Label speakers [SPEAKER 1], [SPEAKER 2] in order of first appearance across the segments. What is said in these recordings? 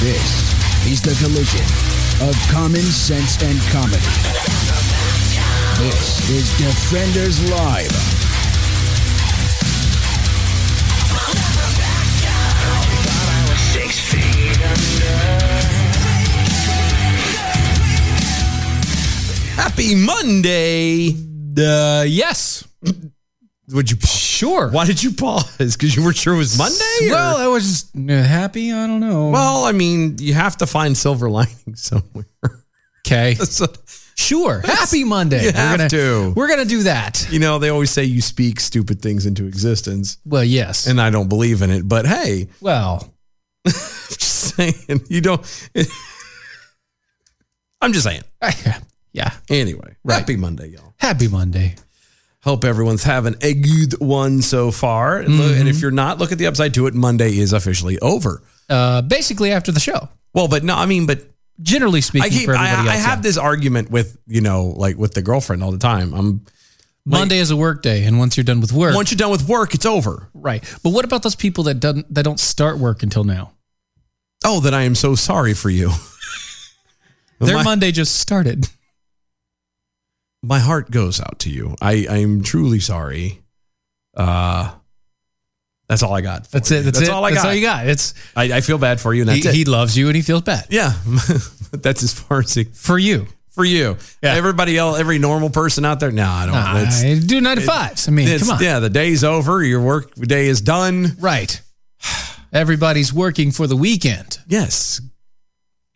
[SPEAKER 1] This is the collision of common sense and comedy. This is Defenders Live.
[SPEAKER 2] Happy Monday. Uh, yes. Would you? Pause?
[SPEAKER 3] Sure.
[SPEAKER 2] Why did you pause? Because you weren't sure it was Monday. or-
[SPEAKER 3] Well, I was just uh, happy. I don't know.
[SPEAKER 2] well, I mean, you have to find silver linings somewhere.
[SPEAKER 3] okay.
[SPEAKER 2] So,
[SPEAKER 3] Sure. Happy Monday.
[SPEAKER 2] You have
[SPEAKER 3] gonna,
[SPEAKER 2] to.
[SPEAKER 3] We're gonna do that.
[SPEAKER 2] you know, they always say you speak stupid things into existence,
[SPEAKER 3] Well, yes.
[SPEAKER 2] and I don't believe in it. But hey,
[SPEAKER 3] well,
[SPEAKER 2] I'm just saying you don't. I'm just saying.
[SPEAKER 3] yeah.
[SPEAKER 2] Anyway, happy Monday, y'all.
[SPEAKER 3] Happy Monday.
[SPEAKER 2] Hope everyone's having a good one so far. And lo- And
[SPEAKER 3] Mm-hmm.
[SPEAKER 2] if you're not, look at the upside to it. Monday is officially over.
[SPEAKER 3] Uh, basically, after the show.
[SPEAKER 2] Well, but no, I mean, but
[SPEAKER 3] Generally speaking,
[SPEAKER 2] I keep
[SPEAKER 3] for
[SPEAKER 2] I,
[SPEAKER 3] everybody
[SPEAKER 2] I
[SPEAKER 3] else,
[SPEAKER 2] have
[SPEAKER 3] yeah.
[SPEAKER 2] this argument with you know like with the girlfriend all the time. I'm
[SPEAKER 3] Monday is a work day, and once you're done with work,
[SPEAKER 2] once you're done with work, it's over.
[SPEAKER 3] right? But what about those people that don't that don't start work until now?
[SPEAKER 2] Oh, then I am so sorry for you.
[SPEAKER 3] Their
[SPEAKER 2] my,
[SPEAKER 3] Monday just started.
[SPEAKER 2] my heart goes out to you. I I am truly sorry. Uh, that's all I got. for
[SPEAKER 3] That's
[SPEAKER 2] you.
[SPEAKER 3] it. That's, it.
[SPEAKER 2] all I
[SPEAKER 3] That's
[SPEAKER 2] got.
[SPEAKER 3] all you got. It's
[SPEAKER 2] I, I feel bad for you. And
[SPEAKER 3] he,
[SPEAKER 2] that's it.
[SPEAKER 3] he loves you and he feels bad
[SPEAKER 2] yeah, that's as far as it,
[SPEAKER 3] for you.
[SPEAKER 2] for you.
[SPEAKER 3] Yeah.
[SPEAKER 2] Everybody else, every normal person out there. No, I don't.
[SPEAKER 3] Nah,
[SPEAKER 2] it's,
[SPEAKER 3] do nine to fives. I mean,
[SPEAKER 2] Uh, it's-
[SPEAKER 3] come on.
[SPEAKER 2] Yeah, the day's over. Your work day is done.
[SPEAKER 3] Right. Everybody's working for the weekend.
[SPEAKER 2] Yes.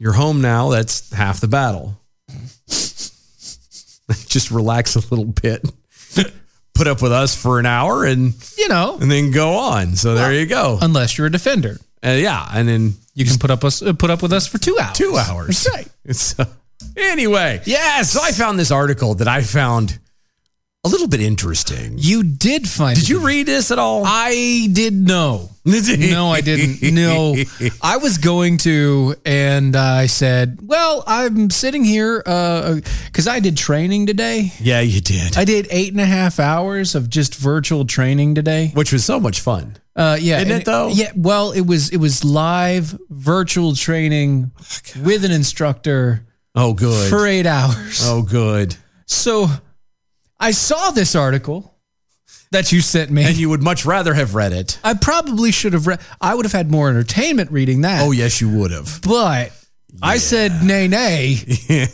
[SPEAKER 2] You're home now. That's half the battle. Just relax a little bit. Put up with us for an hour and
[SPEAKER 3] You know,
[SPEAKER 2] and then go on. So there you go.
[SPEAKER 3] unless you're a defender,
[SPEAKER 2] Uh, yeah, and then
[SPEAKER 3] you can put up us uh, put up with us for two hours.
[SPEAKER 2] 2 hours.
[SPEAKER 3] That's right.
[SPEAKER 2] It's, uh, anyway. Yes. So I found this article that I found a little bit interesting.
[SPEAKER 3] You did find.
[SPEAKER 2] Did you read this at all?
[SPEAKER 3] I did know. No, I didn't. No, I was going to, and I said, "Well, I'm sitting here because I did training today.
[SPEAKER 2] Yeah, you did.
[SPEAKER 3] I did eight and a half hours of just virtual training today.
[SPEAKER 2] Which was so much fun.
[SPEAKER 3] Uh, yeah,
[SPEAKER 2] Isn't
[SPEAKER 3] and
[SPEAKER 2] it, though?
[SPEAKER 3] Yeah, well, it was it was live virtual training with an instructor
[SPEAKER 2] Oh, good.
[SPEAKER 3] for eight hours.
[SPEAKER 2] oh, good.
[SPEAKER 3] So, I saw this article that you sent me.
[SPEAKER 2] And you would much rather have read it.
[SPEAKER 3] I probably should have read. I would have had more entertainment reading that.
[SPEAKER 2] Oh, yes, you would have.
[SPEAKER 3] but I said nay, nay.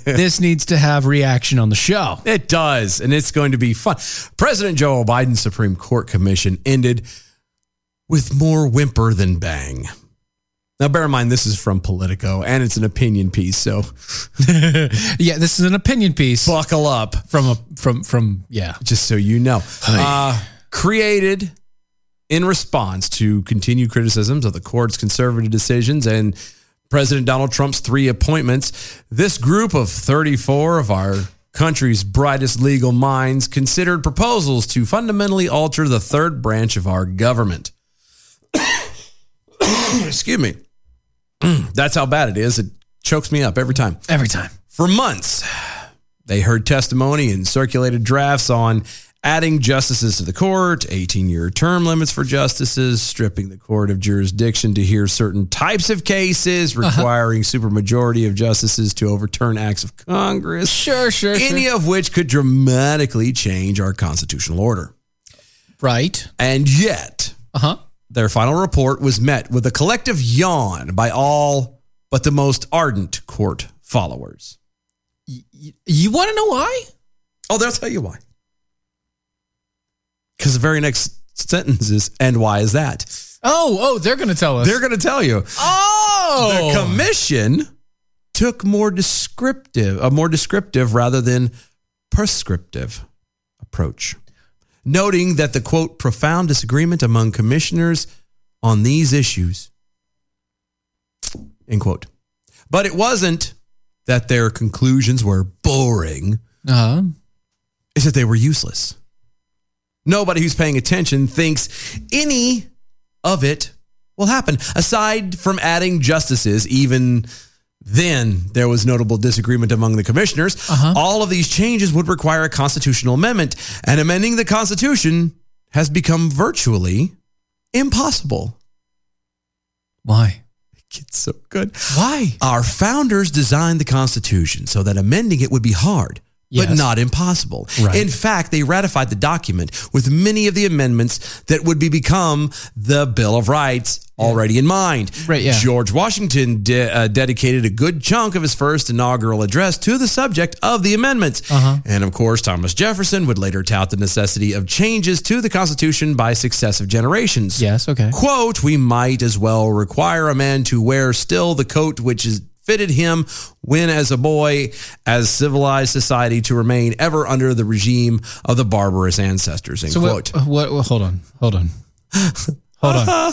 [SPEAKER 3] this needs to have reaction on the show.
[SPEAKER 2] It does, and it's going to be fun. President Joe Biden's Supreme Court commission ended with more whimper than bang. Now, bear in mind, this is from Politico, and it's an opinion piece, so
[SPEAKER 3] Yeah, this is an opinion piece
[SPEAKER 2] buckle up,
[SPEAKER 3] from a from from yeah.
[SPEAKER 2] just so you know. Uh, created in response to continued criticisms of the court's conservative decisions and President Donald Trump's three appointments, this group of 34 of our country's brightest legal minds considered proposals to fundamentally alter the third branch of our government. Excuse me. That's how bad it is. It chokes me up every time.
[SPEAKER 3] Every time.
[SPEAKER 2] For months, they heard testimony and circulated drafts on adding justices to the court, 18 year term limits for justices, stripping the court of jurisdiction to hear certain types of cases,
[SPEAKER 3] Uh-huh.
[SPEAKER 2] requiring supermajority of justices to overturn acts of Congress,
[SPEAKER 3] Sure, sure,
[SPEAKER 2] any of which could dramatically change our constitutional order.
[SPEAKER 3] Right.
[SPEAKER 2] And yet,
[SPEAKER 3] Uh huh.
[SPEAKER 2] their final report was met with a collective yawn by all but the most ardent court followers.
[SPEAKER 3] You want to know why?
[SPEAKER 2] Oh, they'll tell you why. Because the very next sentence is, and why is that?
[SPEAKER 3] Oh, oh, they're gonna tell us.
[SPEAKER 2] They're going to tell you.
[SPEAKER 3] oh,
[SPEAKER 2] The commission took more descriptive, a more descriptive rather than prescriptive approach, noting that the quote profound disagreement among commissioners on these issues. End quote. But it wasn't that their conclusions were boring
[SPEAKER 3] Uh-huh.
[SPEAKER 2] is that they were useless. Nobody who's paying attention thinks any of it will happen. Aside from adding justices, even then there was notable disagreement among the commissioners. All of these changes would require a constitutional amendment, and amending the Constitution has become virtually impossible.
[SPEAKER 3] Why?
[SPEAKER 2] It's so good.
[SPEAKER 3] Why?
[SPEAKER 2] Our founders designed the Constitution so that amending it would be hard, but
[SPEAKER 3] Yes.
[SPEAKER 2] not impossible.
[SPEAKER 3] Right.
[SPEAKER 2] In fact, they ratified the document with many of the amendments that would be become the Bill of Rights already in mind.
[SPEAKER 3] Right, yeah.
[SPEAKER 2] George Washington de- uh, dedicated a good chunk of his first inaugural address to the subject of the amendments.
[SPEAKER 3] Uh-huh.
[SPEAKER 2] And of course, Thomas Jefferson would later tout the necessity of changes to the Constitution by successive generations
[SPEAKER 3] Yes, okay.
[SPEAKER 2] quote we might as well require a man to wear still the coat which is fitted him when as a boy as civilized society to remain ever under the regime of the barbarous ancestors end
[SPEAKER 3] So
[SPEAKER 2] quote
[SPEAKER 3] what, what, what- Hold on. Hold on. hold on.
[SPEAKER 2] Uh-huh.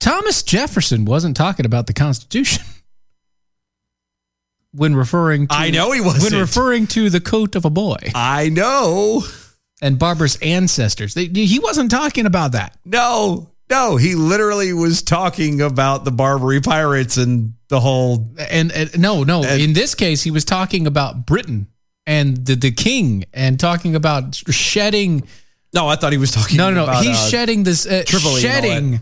[SPEAKER 3] Thomas Jefferson wasn't talking about the Constitution when referring. to...
[SPEAKER 2] I know he wasn't.
[SPEAKER 3] When referring to the coat of a boy
[SPEAKER 2] i know
[SPEAKER 3] and Barbara's ancestors, they, he wasn't talking about that.
[SPEAKER 2] no no he literally was talking about the Barbary pirates and the whole
[SPEAKER 3] And, and no, no.
[SPEAKER 2] And-
[SPEAKER 3] in this case, he was talking about Britain and the, the king and talking about shedding.
[SPEAKER 2] no i thought he was talking
[SPEAKER 3] No, no, no.
[SPEAKER 2] about,
[SPEAKER 3] he's
[SPEAKER 2] uh,
[SPEAKER 3] shedding this. Uh,
[SPEAKER 2] Tripoli and all
[SPEAKER 3] shedding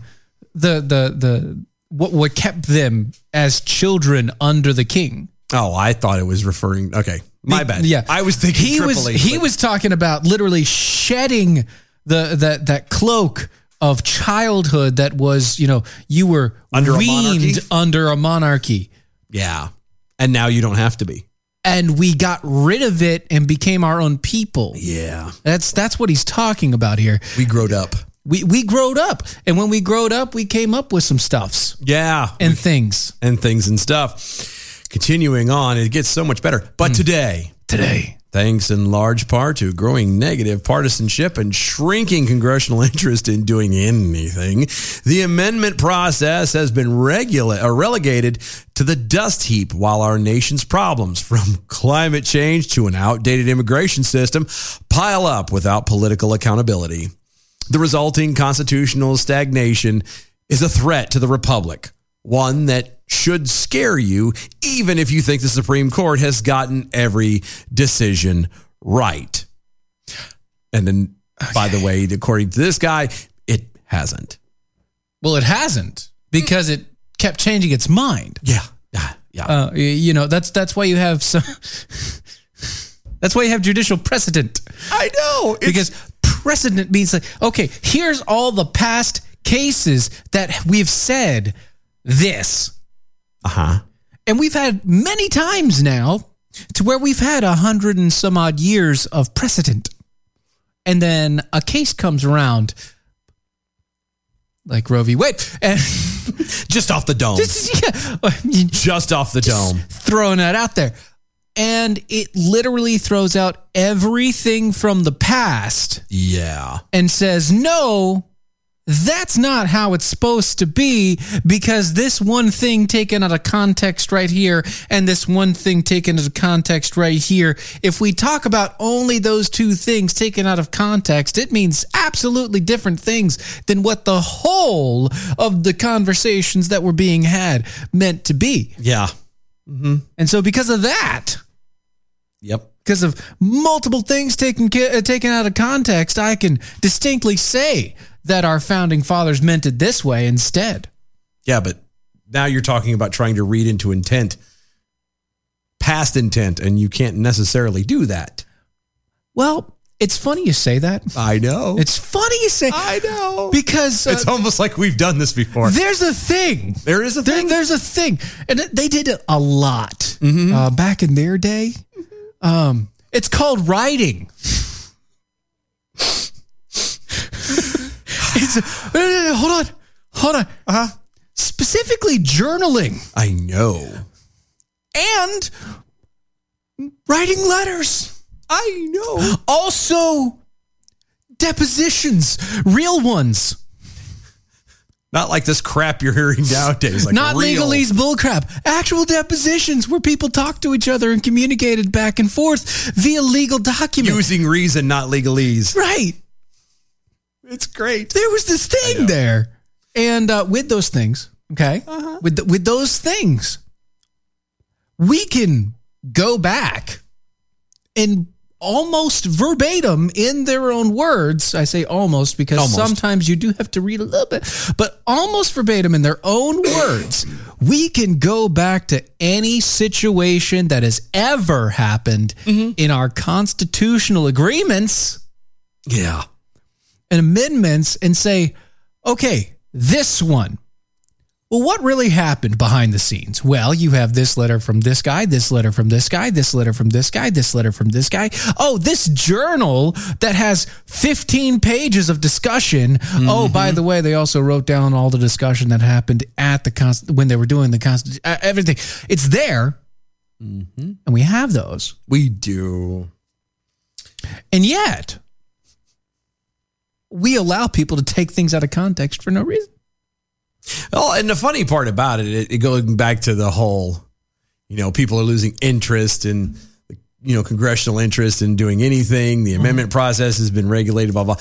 [SPEAKER 3] the the the what what kept them as children under the king.
[SPEAKER 2] oh i thought it was referring okay my bad
[SPEAKER 3] Yeah,
[SPEAKER 2] i was thinking
[SPEAKER 3] he was
[SPEAKER 2] Tripoli,
[SPEAKER 3] he
[SPEAKER 2] but-
[SPEAKER 3] was talking about literally shedding the that that cloak of childhood that was you know you were
[SPEAKER 2] Under a
[SPEAKER 3] weaned
[SPEAKER 2] monarchy?
[SPEAKER 3] under a monarchy,
[SPEAKER 2] yeah and now you don't have to be
[SPEAKER 3] and we got rid of it and became our own people.
[SPEAKER 2] yeah
[SPEAKER 3] That's that's what he's talking about here.
[SPEAKER 2] we growed up
[SPEAKER 3] We we growed up, and when we growed up, we came up with some stuffs
[SPEAKER 2] yeah
[SPEAKER 3] and things.
[SPEAKER 2] and things and stuff. Continuing on, it gets so much better. But today,
[SPEAKER 3] Today,
[SPEAKER 2] thanks in large part to growing negative partisanship and shrinking congressional interest in doing anything, the amendment process has been regula- or relegated to the dust heap while our nation's problems, from climate change to an outdated immigration system, pile up without political accountability. The resulting constitutional stagnation is a threat to the republic, one that should scare you, even if you think the Supreme Court has gotten every decision right. And then, by the way, according to this guy, it hasn't.
[SPEAKER 3] well, it hasn't because it kept changing its mind.
[SPEAKER 2] Yeah. Yeah. Yeah.
[SPEAKER 3] uh, y- you know that's that's why you have some that's why you have judicial precedent
[SPEAKER 2] I know. It's,
[SPEAKER 3] because precedent means like okay here's all the past cases that we've said this
[SPEAKER 2] uh huh.
[SPEAKER 3] and we've had many times now to where we've had a hundred and some odd years of precedent and then a case comes around like Roe v. Wade and
[SPEAKER 2] Just off the dome.
[SPEAKER 3] this is yeah
[SPEAKER 2] Just off the dome.
[SPEAKER 3] throwing that out there. And it literally throws out everything from the past
[SPEAKER 2] Yeah.
[SPEAKER 3] and says, no, that's not how it's supposed to be because this one thing taken out of context right here and this one thing taken out of context right here. If we talk about only those two things taken out of context, it means absolutely different things than what the whole of the conversations that were being had meant to be.
[SPEAKER 2] Yeah.
[SPEAKER 3] And so, because of that,
[SPEAKER 2] Yep.
[SPEAKER 3] because of multiple things taken ca- uh, taken out of context, I can distinctly say that our founding fathers meant it this way instead.
[SPEAKER 2] Yeah, but now you're talking about trying to read into intent, past intent, and you can't necessarily do that.
[SPEAKER 3] Well, it's funny you say that.
[SPEAKER 2] I know.
[SPEAKER 3] It's funny you say
[SPEAKER 2] I know.
[SPEAKER 3] because uh,
[SPEAKER 2] it's almost like we've done this before.
[SPEAKER 3] there's a thing.
[SPEAKER 2] there is a
[SPEAKER 3] There-
[SPEAKER 2] thing.
[SPEAKER 3] there's a thing, and it- they did it a lot uh, back in their day. Um, it's called writing. it's, uh, hold on, hold on. Uh huh. specifically journaling
[SPEAKER 2] I know.
[SPEAKER 3] and writing letters.
[SPEAKER 2] I know.
[SPEAKER 3] Also, depositions, real ones.
[SPEAKER 2] Not like this crap you're hearing nowadays. Like
[SPEAKER 3] Not
[SPEAKER 2] real.
[SPEAKER 3] legalese bullcrap. Actual depositions where people talked to each other and communicated back and forth via legal documents.
[SPEAKER 2] Using reason, not legalese.
[SPEAKER 3] right.
[SPEAKER 2] It's great.
[SPEAKER 3] There was this thing there. And uh, with those things, okay? With, th- with those things, we can go back and almost verbatim in their own words. I say almost because
[SPEAKER 2] Almost.
[SPEAKER 3] sometimes you do have to read a little bit, but almost verbatim in their own words, we can go back to any situation that has ever happened in our constitutional agreements
[SPEAKER 2] Yeah.
[SPEAKER 3] and amendments and say, okay, this one. Well, what really happened behind the scenes? Well, you have this letter from this guy, this letter from this guy, this letter from this guy, this letter from this guy. Oh, this journal that has 15 pages of discussion. Oh, by the way, they also wrote down all the discussion that happened at the const- when they were doing the const- uh, everything. It's there. And we have those.
[SPEAKER 2] We do.
[SPEAKER 3] And yet, we allow people to take things out of context for no reason.
[SPEAKER 2] Well, Oh, and the funny part about it, it, it going back to the whole, you know, people are losing interest in, you know, congressional interest in doing anything.
[SPEAKER 3] Mm-hmm.
[SPEAKER 2] The amendment process has been regulated, blah, blah.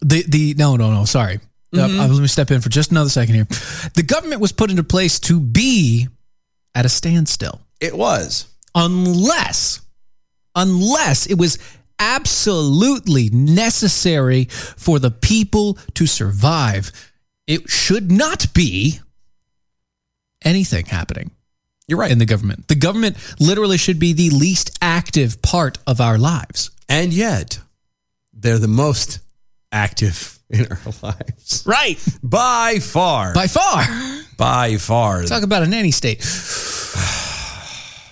[SPEAKER 3] The the no no no sorry. Uh, uh, let me step in for just another second here. The government was put into place to be at a standstill
[SPEAKER 2] It was.
[SPEAKER 3] unless unless it was absolutely necessary for the people to survive. It should not be anything happening.
[SPEAKER 2] You're right.
[SPEAKER 3] in the government. The government literally should be the least active part of our lives.
[SPEAKER 2] and yet, they're the most active in our lives.
[SPEAKER 3] Right.
[SPEAKER 2] By far.
[SPEAKER 3] By far.
[SPEAKER 2] by far.
[SPEAKER 3] Talk about a nanny state.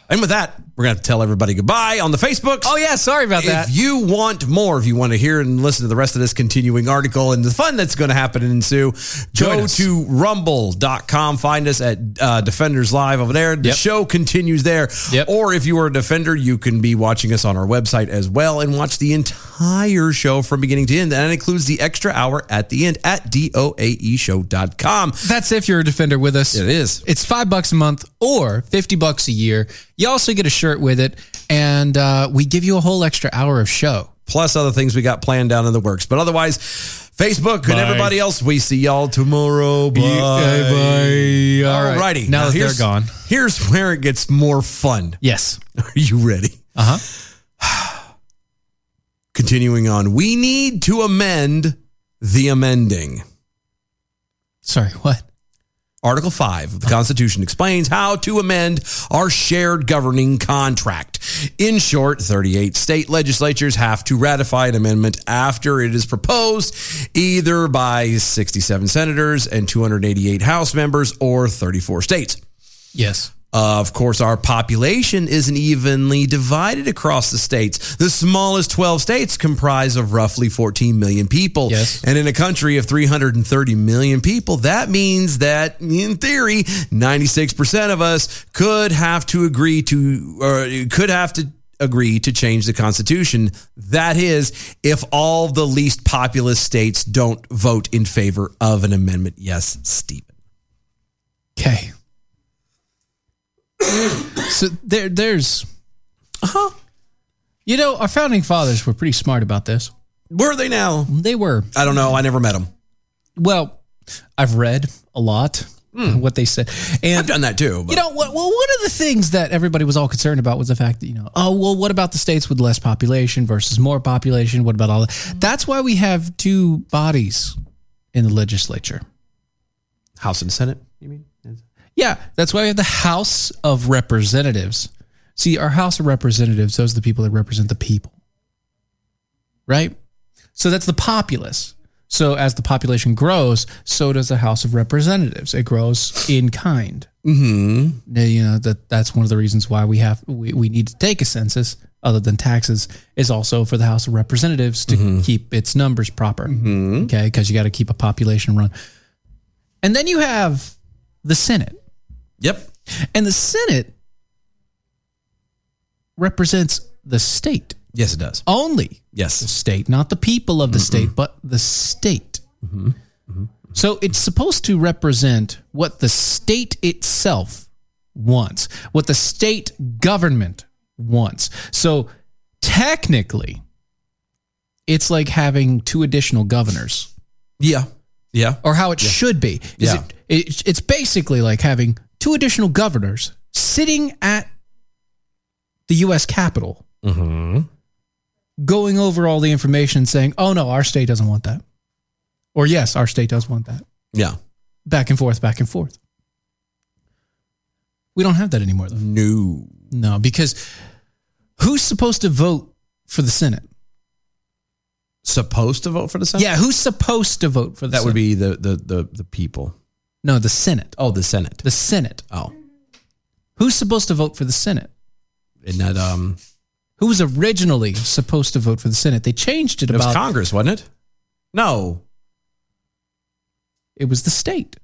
[SPEAKER 2] And with that, we're going to tell everybody goodbye on the Facebooks.
[SPEAKER 3] Oh, yeah. Sorry about that.
[SPEAKER 2] If you want more, if you want to hear and listen to the rest of this continuing article and the fun that's going to happen and ensue,
[SPEAKER 3] Join
[SPEAKER 2] go
[SPEAKER 3] us.
[SPEAKER 2] to rumble.com. Find us at uh, Defenders Live over there. The
[SPEAKER 3] Yep.
[SPEAKER 2] show continues there.
[SPEAKER 3] Yep.
[SPEAKER 2] Or if you are a defender, you can be watching us on our website as well and watch the entire show from beginning to end. And that includes the extra hour at the end at E doaeshow.com.
[SPEAKER 3] That's if you're a defender with us.
[SPEAKER 2] It is.
[SPEAKER 3] It's five bucks a month or 50 bucks a year. You also get a shirt with it, and uh, we give you a whole extra hour of show.
[SPEAKER 2] Plus other things we got planned down in the works. But otherwise, Facebook and
[SPEAKER 3] Bye.
[SPEAKER 2] everybody else, we see y'all tomorrow. Bye.
[SPEAKER 3] bye. All right.
[SPEAKER 2] Alrighty.
[SPEAKER 3] Now, that they're
[SPEAKER 2] here's-
[SPEAKER 3] gone.
[SPEAKER 2] Here's where it gets more fun.
[SPEAKER 3] Yes.
[SPEAKER 2] Are you ready?
[SPEAKER 3] Uh huh.
[SPEAKER 2] Continuing on, we need to amend the amending.
[SPEAKER 3] Sorry. What?
[SPEAKER 2] Article 5 of the Constitution explains how to amend our shared governing contract. In short, 38 state legislatures have to ratify an amendment after it is proposed, either by 67 senators and 288 House members or 34 states.
[SPEAKER 3] Yes.
[SPEAKER 2] Uh, Of course, our population isn't evenly divided across the states. The smallest 12 states comprise of roughly 14 million people.
[SPEAKER 3] Yes.
[SPEAKER 2] And in a country of 330 million people, that means that, in theory, 96% of us could have to agree to, or could have to agree to change the Constitution. That is, if all the least populous states don't vote in favor of an amendment. Yes, Stephen.
[SPEAKER 3] Okay. so there, there's, uh huh. You know, our founding fathers were pretty smart about this.
[SPEAKER 2] Where are they now?
[SPEAKER 3] They were.
[SPEAKER 2] I don't know. I never met them.
[SPEAKER 3] Well, I've read a lot what they said,
[SPEAKER 2] I've
[SPEAKER 3] and
[SPEAKER 2] done that too. But.
[SPEAKER 3] you know, what, well, one of the things that everybody was all concerned about was the fact that you know, oh well, what about the states with less population versus more population? What about all that? That's why we have two bodies in the legislature.
[SPEAKER 2] House and Senate, you mean?
[SPEAKER 3] Yeah, that's why we have the House of Representatives. See, our House of Representatives, those are the people that represent the people. Right? So that's the populace. So as the population grows, so does the House of Representatives. It grows in kind.
[SPEAKER 2] Mm-hmm.
[SPEAKER 3] Now, You know, that that's one of the reasons why we have we, we need to take a census other than taxes is also for the House of Representatives to keep its numbers proper. Okay, because you got to keep a population run. And then you have the Senate.
[SPEAKER 2] Yep.
[SPEAKER 3] And the Senate represents the state
[SPEAKER 2] Yes, it does.
[SPEAKER 3] only the
[SPEAKER 2] Yes.
[SPEAKER 3] state, not the people of the state, but the state. So it's supposed to represent what the state itself wants, what the state government wants. So technically, it's like having two additional governors,
[SPEAKER 2] Yeah. Yeah.
[SPEAKER 3] or how it should be. Is
[SPEAKER 2] Yeah.
[SPEAKER 3] it, it, it's basically like having two additional governors sitting at the U.S. Capitol
[SPEAKER 2] Mm-hmm.
[SPEAKER 3] going over all the information and saying, oh no, our state doesn't want that. Or yes, our state does want that.
[SPEAKER 2] Yeah.
[SPEAKER 3] Back and forth, back and forth. We don't have that anymore though.
[SPEAKER 2] No.
[SPEAKER 3] No, because who's supposed to vote for the Senate?
[SPEAKER 2] Supposed to vote for the Senate?
[SPEAKER 3] Yeah, who's supposed to vote for the
[SPEAKER 2] That
[SPEAKER 3] Senate?
[SPEAKER 2] would be the, the, the, the people.
[SPEAKER 3] No, the Senate.
[SPEAKER 2] Oh, the Senate.
[SPEAKER 3] The Senate.
[SPEAKER 2] Oh.
[SPEAKER 3] Who's supposed to vote for the Senate?
[SPEAKER 2] And that um
[SPEAKER 3] Who was originally supposed to vote for the Senate? They changed it
[SPEAKER 2] it was
[SPEAKER 3] about
[SPEAKER 2] Congress, wasn't it? No.
[SPEAKER 3] it was the state.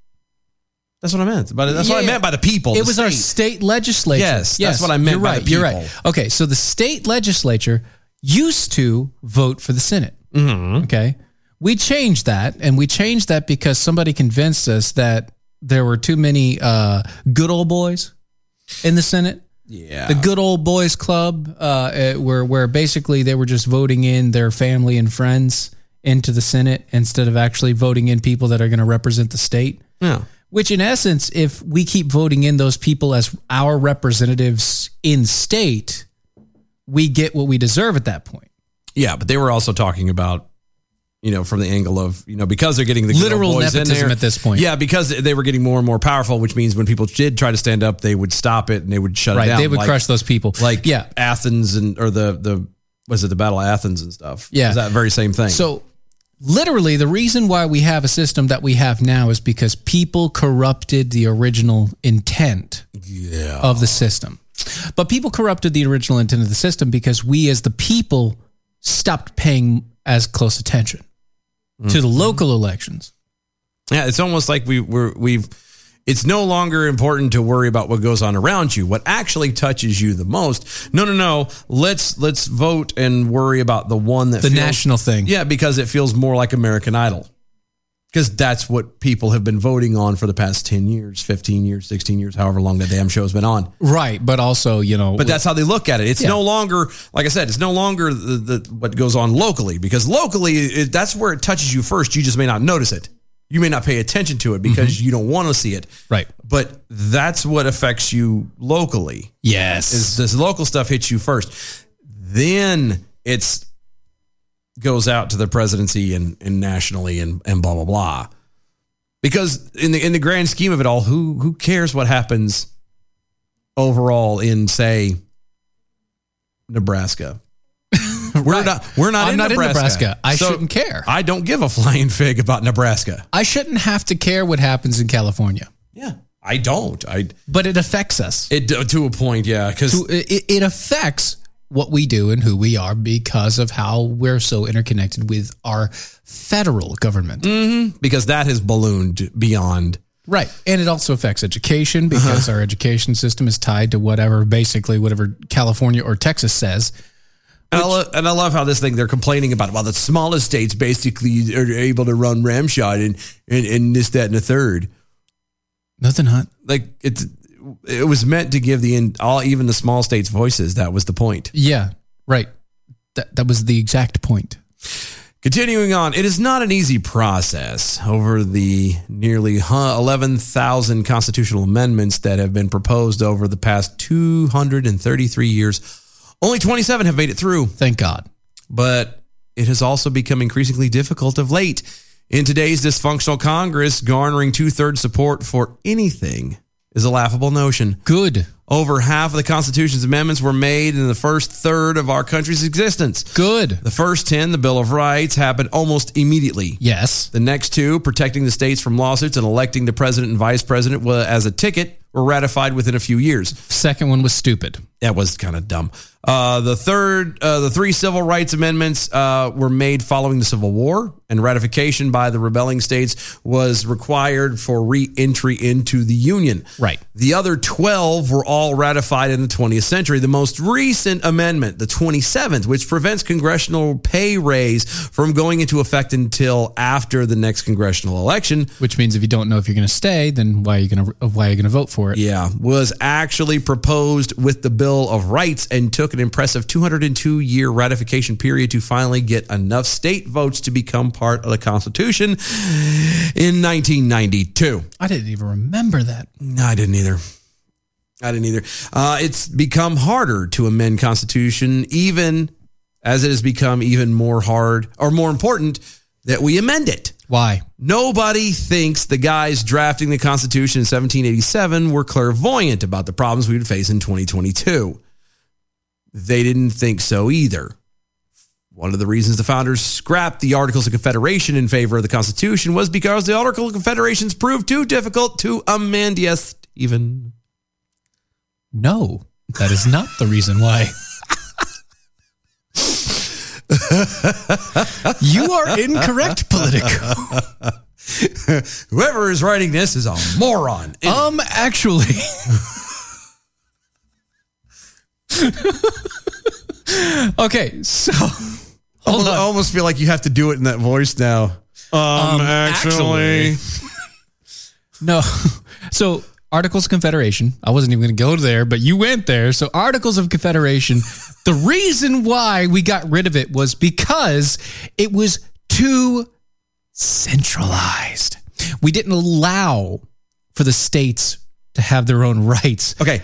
[SPEAKER 2] That's what I meant. But that's what I
[SPEAKER 3] Yeah.
[SPEAKER 2] meant by the people.
[SPEAKER 3] it
[SPEAKER 2] the
[SPEAKER 3] was our
[SPEAKER 2] state.
[SPEAKER 3] state legislature.
[SPEAKER 2] Yes, that's what I meant
[SPEAKER 3] You're
[SPEAKER 2] by
[SPEAKER 3] right.
[SPEAKER 2] the
[SPEAKER 3] you're
[SPEAKER 2] people.
[SPEAKER 3] right. Okay, so the state legislature used to vote for the Senate.
[SPEAKER 2] Mm-hmm.
[SPEAKER 3] Okay, we changed that, and we changed that because somebody convinced us that there were too many uh, good old boys in the Senate.
[SPEAKER 2] Yeah.
[SPEAKER 3] The good old boys club, uh, uh, where where basically they were just voting in their family and friends into the Senate instead of actually voting in people that are going to represent the state.
[SPEAKER 2] yeah.
[SPEAKER 3] Which, in essence, if we keep voting in those people as our representatives in state, we get what we deserve at that point.
[SPEAKER 2] Yeah, but they were also talking about, you know, from the angle of, you know, because they're getting the good old
[SPEAKER 3] Literal
[SPEAKER 2] boys in
[SPEAKER 3] nepotism
[SPEAKER 2] there-
[SPEAKER 3] at this point.
[SPEAKER 2] Yeah, because they were getting more and more powerful, which means when people did try to stand up, they would stop it and they would shut it
[SPEAKER 3] Right?
[SPEAKER 2] down.
[SPEAKER 3] they would
[SPEAKER 2] like,
[SPEAKER 3] crush those people.
[SPEAKER 2] like
[SPEAKER 3] yeah.
[SPEAKER 2] Athens and or the the was it the Battle of Athens and stuff?
[SPEAKER 3] Yeah.
[SPEAKER 2] It was that very same thing.
[SPEAKER 3] So, literally, the reason why we have a system that we have now is because people corrupted the original intent of the system. But people corrupted the original intent of the system because we, as the people, stopped paying as close attention to
[SPEAKER 2] Mm-hmm.
[SPEAKER 3] the local elections.
[SPEAKER 2] yeah, it's almost like we we're, we've. It's no longer important to worry about what goes on around you. What actually touches you the most? No, no, no. Let's let's vote and worry about the one that
[SPEAKER 3] The
[SPEAKER 2] feels-
[SPEAKER 3] national thing.
[SPEAKER 2] Yeah, because it feels more like American Idol. Because that's what people have been voting on for the past 10 years, 15 years, 16 years, however long that damn show's been on.
[SPEAKER 3] Right, but also you know,
[SPEAKER 2] But that's how they look at it. It's
[SPEAKER 3] Yeah.
[SPEAKER 2] no longer, like I said, it's no longer the, the what goes on locally because locally it, that's where it touches you first. You just may not notice it. You may not pay attention to it because you don't want to see it.
[SPEAKER 3] Mm-hmm. right.
[SPEAKER 2] But that's what affects you locally.
[SPEAKER 3] Yes,
[SPEAKER 2] Is this local stuff hits you first? Then it's goes out to the presidency and, and nationally and, and blah blah blah. Because in the in the grand scheme of it all, who who cares what happens overall in say Nebraska? We're
[SPEAKER 3] Right.
[SPEAKER 2] not we're not,
[SPEAKER 3] I'm
[SPEAKER 2] in,
[SPEAKER 3] not in
[SPEAKER 2] Nebraska.
[SPEAKER 3] Nebraska. I shouldn't care.
[SPEAKER 2] I don't give a flying fig about Nebraska.
[SPEAKER 3] I shouldn't have to care what happens in California,
[SPEAKER 2] Yeah. I don't. I
[SPEAKER 3] but it affects us.
[SPEAKER 2] it to a point, yeah, cuz
[SPEAKER 3] To- It, it affects what we do and who we are because of how we're so interconnected with our federal government.
[SPEAKER 2] because that has ballooned beyond
[SPEAKER 3] Right. And it also affects education because our education system is tied to whatever, basically, whatever California or Texas says.
[SPEAKER 2] And I, lo- and I love how this thing they're complaining about. Well, the smallest states basically are able to run ramshot and, and, and this, that, and a third.
[SPEAKER 3] Nothing hot.
[SPEAKER 2] Like it's, it was meant to give the in, all even the small states voices. That was the point.
[SPEAKER 3] Yeah. Right. That, that was the exact point.
[SPEAKER 2] Continuing on, it is not an easy process over the nearly huh, 11,000 constitutional amendments that have been proposed over the past 233 years. Only 27 have made it through.
[SPEAKER 3] Thank God.
[SPEAKER 2] but it has also become increasingly difficult of late. In today's dysfunctional Congress, garnering two thirds support for anything is a laughable notion.
[SPEAKER 3] Good
[SPEAKER 2] Over half of the Constitution's amendments were made in the first third of our country's existence.
[SPEAKER 3] Good.
[SPEAKER 2] The first 10, the Bill of Rights, happened almost immediately.
[SPEAKER 3] Yes.
[SPEAKER 2] The next two, protecting the states from lawsuits and electing the president and vice president wa- as a ticket, were ratified within a few years.
[SPEAKER 3] Second one was stupid.
[SPEAKER 2] That was kind of dumb. Uh, the third, uh, the three civil rights amendments uh, were made following the Civil War, and ratification by the rebelling states was required for re-entry into the Union.
[SPEAKER 3] Right.
[SPEAKER 2] The other twelve were all ratified in the 20th century. The most recent amendment, the 27th, which prevents congressional pay raise from going into effect until after the next congressional election,
[SPEAKER 3] Which means if you don't know if you're going to stay, then why are you going to why are you going to vote for it?
[SPEAKER 2] Yeah, was actually proposed with the Bill of Rights and took an impressive 202 year ratification period to finally get enough state votes to become part of the Constitution in 1992.
[SPEAKER 3] I didn't even remember that.
[SPEAKER 2] No, I didn't either. I didn't either. Uh, it's become harder to amend Constitution, even as it has become even more hard or more important that we amend it.
[SPEAKER 3] Why?
[SPEAKER 2] Nobody thinks the guys drafting the Constitution in 1787 were clairvoyant about the problems we would face in 2022. They didn't think so either. One of the reasons the founders scrapped the Articles of Confederation in favor of the Constitution was because the Articles of Confederations proved too difficult to amend. Yes, even
[SPEAKER 3] No, that is not the reason why. you are incorrect, Politico.
[SPEAKER 2] whoever is writing this is a moron.
[SPEAKER 3] Um, actually. okay, so hold
[SPEAKER 2] I
[SPEAKER 3] on.
[SPEAKER 2] almost feel like you have to do it in that voice now. Um,
[SPEAKER 3] actually. No. So Articles of Confederation. I wasn't even going to go there, but you went there. So Articles of Confederation. the reason why we got rid of it was because it was too centralized. We didn't allow for the states to have their own rights.
[SPEAKER 2] Okay.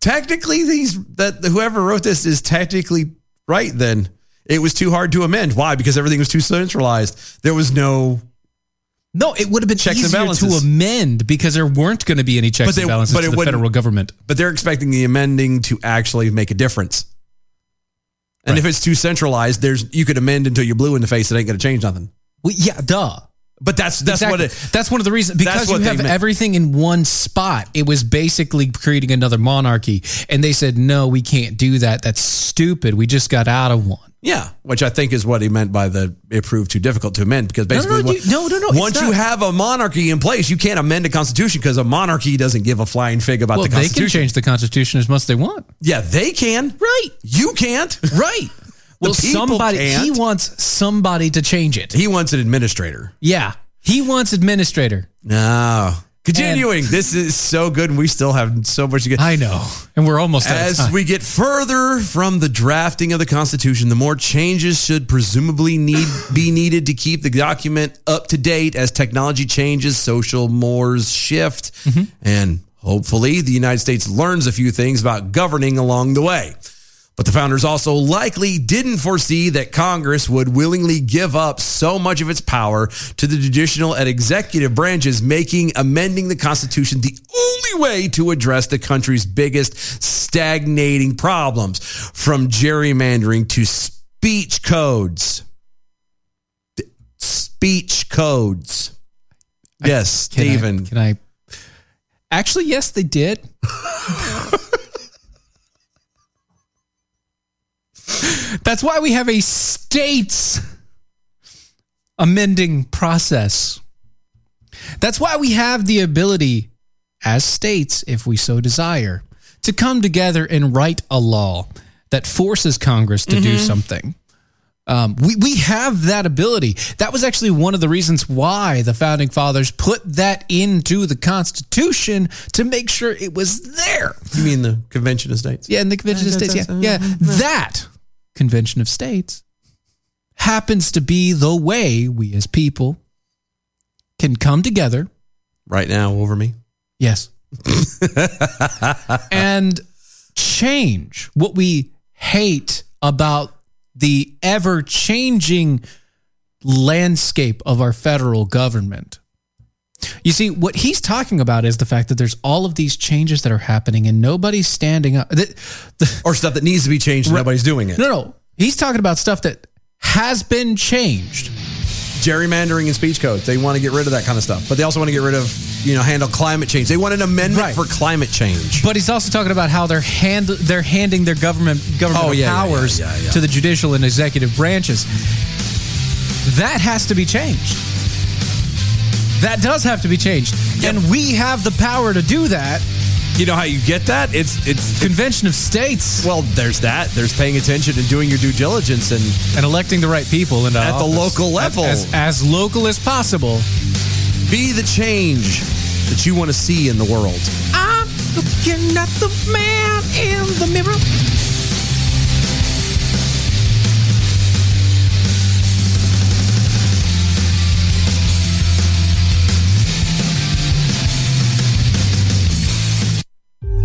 [SPEAKER 2] Technically, these that whoever wrote this is technically right. Then it was too hard to amend. Why? Because everything was too centralized. There was no.
[SPEAKER 3] No, it would have been
[SPEAKER 2] Checks and
[SPEAKER 3] easier to
[SPEAKER 2] balances.
[SPEAKER 3] amend because there weren't going to be any checks
[SPEAKER 2] But they-
[SPEAKER 3] and balances
[SPEAKER 2] but
[SPEAKER 3] to
[SPEAKER 2] it
[SPEAKER 3] the
[SPEAKER 2] wouldn't-
[SPEAKER 3] federal government.
[SPEAKER 2] But they're expecting the amending to actually make a difference. And if it's too centralized, there's you could amend until you're blue in the face. It ain't going to change nothing.
[SPEAKER 3] Well, yeah, duh.
[SPEAKER 2] But that's that's
[SPEAKER 3] Exactly.
[SPEAKER 2] what it.
[SPEAKER 3] that's one of the reasons because you
[SPEAKER 2] what they
[SPEAKER 3] have
[SPEAKER 2] meant.
[SPEAKER 3] everything in one spot. It was basically creating another monarchy, and they said, "No, we can't do that. That's stupid. We just got out of one."
[SPEAKER 2] Yeah, which I think is what he meant by the it proved too difficult to amend because
[SPEAKER 3] no,
[SPEAKER 2] basically
[SPEAKER 3] no,
[SPEAKER 2] what-
[SPEAKER 3] you- no, no, no, it's
[SPEAKER 2] once you
[SPEAKER 3] not.
[SPEAKER 2] have a monarchy in place, you can't amend a constitution because a monarchy doesn't give a flying fig about
[SPEAKER 3] well,
[SPEAKER 2] the
[SPEAKER 3] they can
[SPEAKER 2] constitution.
[SPEAKER 3] change the constitution as much as they want.
[SPEAKER 2] yeah, they can.
[SPEAKER 3] Right.
[SPEAKER 2] You can't.
[SPEAKER 3] Right. Well,
[SPEAKER 2] people
[SPEAKER 3] somebody he
[SPEAKER 2] can't.
[SPEAKER 3] wants somebody to change it.
[SPEAKER 2] He wants an administrator.
[SPEAKER 3] Yeah, he wants administrator.
[SPEAKER 2] No. Continuing, this is so good, and we still have so much to get.
[SPEAKER 3] I know, and we're almost out of
[SPEAKER 2] As
[SPEAKER 3] time.
[SPEAKER 2] we get further from the drafting of the Constitution, the more changes should presumably need be needed to keep the document up to date as technology changes, social mores shift, and hopefully the United States learns a few things about governing along the way. But the founders also likely didn't foresee that Congress would willingly give up so much of its power to the judicial and executive branches, making amending the Constitution the only way to address the country's biggest stagnating problems, from gerrymandering to speech codes. Th- Speech codes. Yes,
[SPEAKER 3] Can I-
[SPEAKER 2] Stephen.
[SPEAKER 3] Can I? Actually, yes, they did. That's why we have a states amending process. That's why we have the ability as states, if we so desire, to come together and write a law that forces Congress to do something. Um, we, we have that ability. That was actually one of the reasons why the founding fathers put that into the Constitution to make sure it was there.
[SPEAKER 2] You mean the Convention of States?
[SPEAKER 3] Yeah, in the Convention of States. Yeah, yeah. That Convention of States happens to be the way we as people can come together.
[SPEAKER 2] Right now, over me.
[SPEAKER 3] Yes. and change what we hate about the ever changing landscape of our federal government. You see, what he's talking about is the fact that there's all of these changes that are happening and nobody's standing up. The- the-
[SPEAKER 2] or stuff that needs to be changed and nobody's doing it.
[SPEAKER 3] no, no. He's talking about stuff that has been changed.
[SPEAKER 2] Gerrymandering and speech codes. They want to get rid of that kind of stuff, but they also want to get rid of, you know, handle climate change. They want an amendment
[SPEAKER 3] Right.
[SPEAKER 2] for climate change.
[SPEAKER 3] But he's also talking about how they're hand they're handing their government government
[SPEAKER 2] Oh, yeah, yeah,
[SPEAKER 3] powers
[SPEAKER 2] yeah, yeah, yeah.
[SPEAKER 3] to the judicial and executive branches. That has to be changed. That does have to be changed, and we have the power to do that.
[SPEAKER 2] you know how you get that? It's it's
[SPEAKER 3] Convention of States
[SPEAKER 2] well, there's that. There's paying attention and doing your due diligence and
[SPEAKER 3] and electing the right people and
[SPEAKER 2] At the local level.
[SPEAKER 3] as, as local as possible.
[SPEAKER 2] be the change that you want to see in the world.
[SPEAKER 3] I'm looking at the man in the mirror.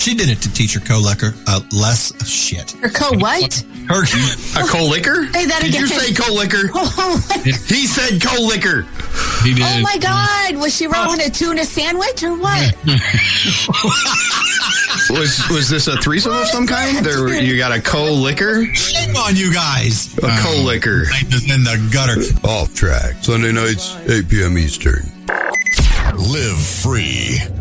[SPEAKER 4] She did it to teach her co-lecker uh, less shit.
[SPEAKER 5] Or co what?
[SPEAKER 4] Her a co-licker?
[SPEAKER 5] Say that
[SPEAKER 4] Did you
[SPEAKER 5] again.
[SPEAKER 4] say co-licker? he said co-licker.
[SPEAKER 6] He did.
[SPEAKER 5] Oh my God! Was she rolling a tuna sandwich or what?
[SPEAKER 6] Was was this a threesome of some kind? There, were- you got a co-licker,
[SPEAKER 4] Shame on you guys.
[SPEAKER 6] a co-licker.
[SPEAKER 4] In the gutter.
[SPEAKER 7] Off track, Sunday nights, 8 p.m. Eastern.
[SPEAKER 8] Live free.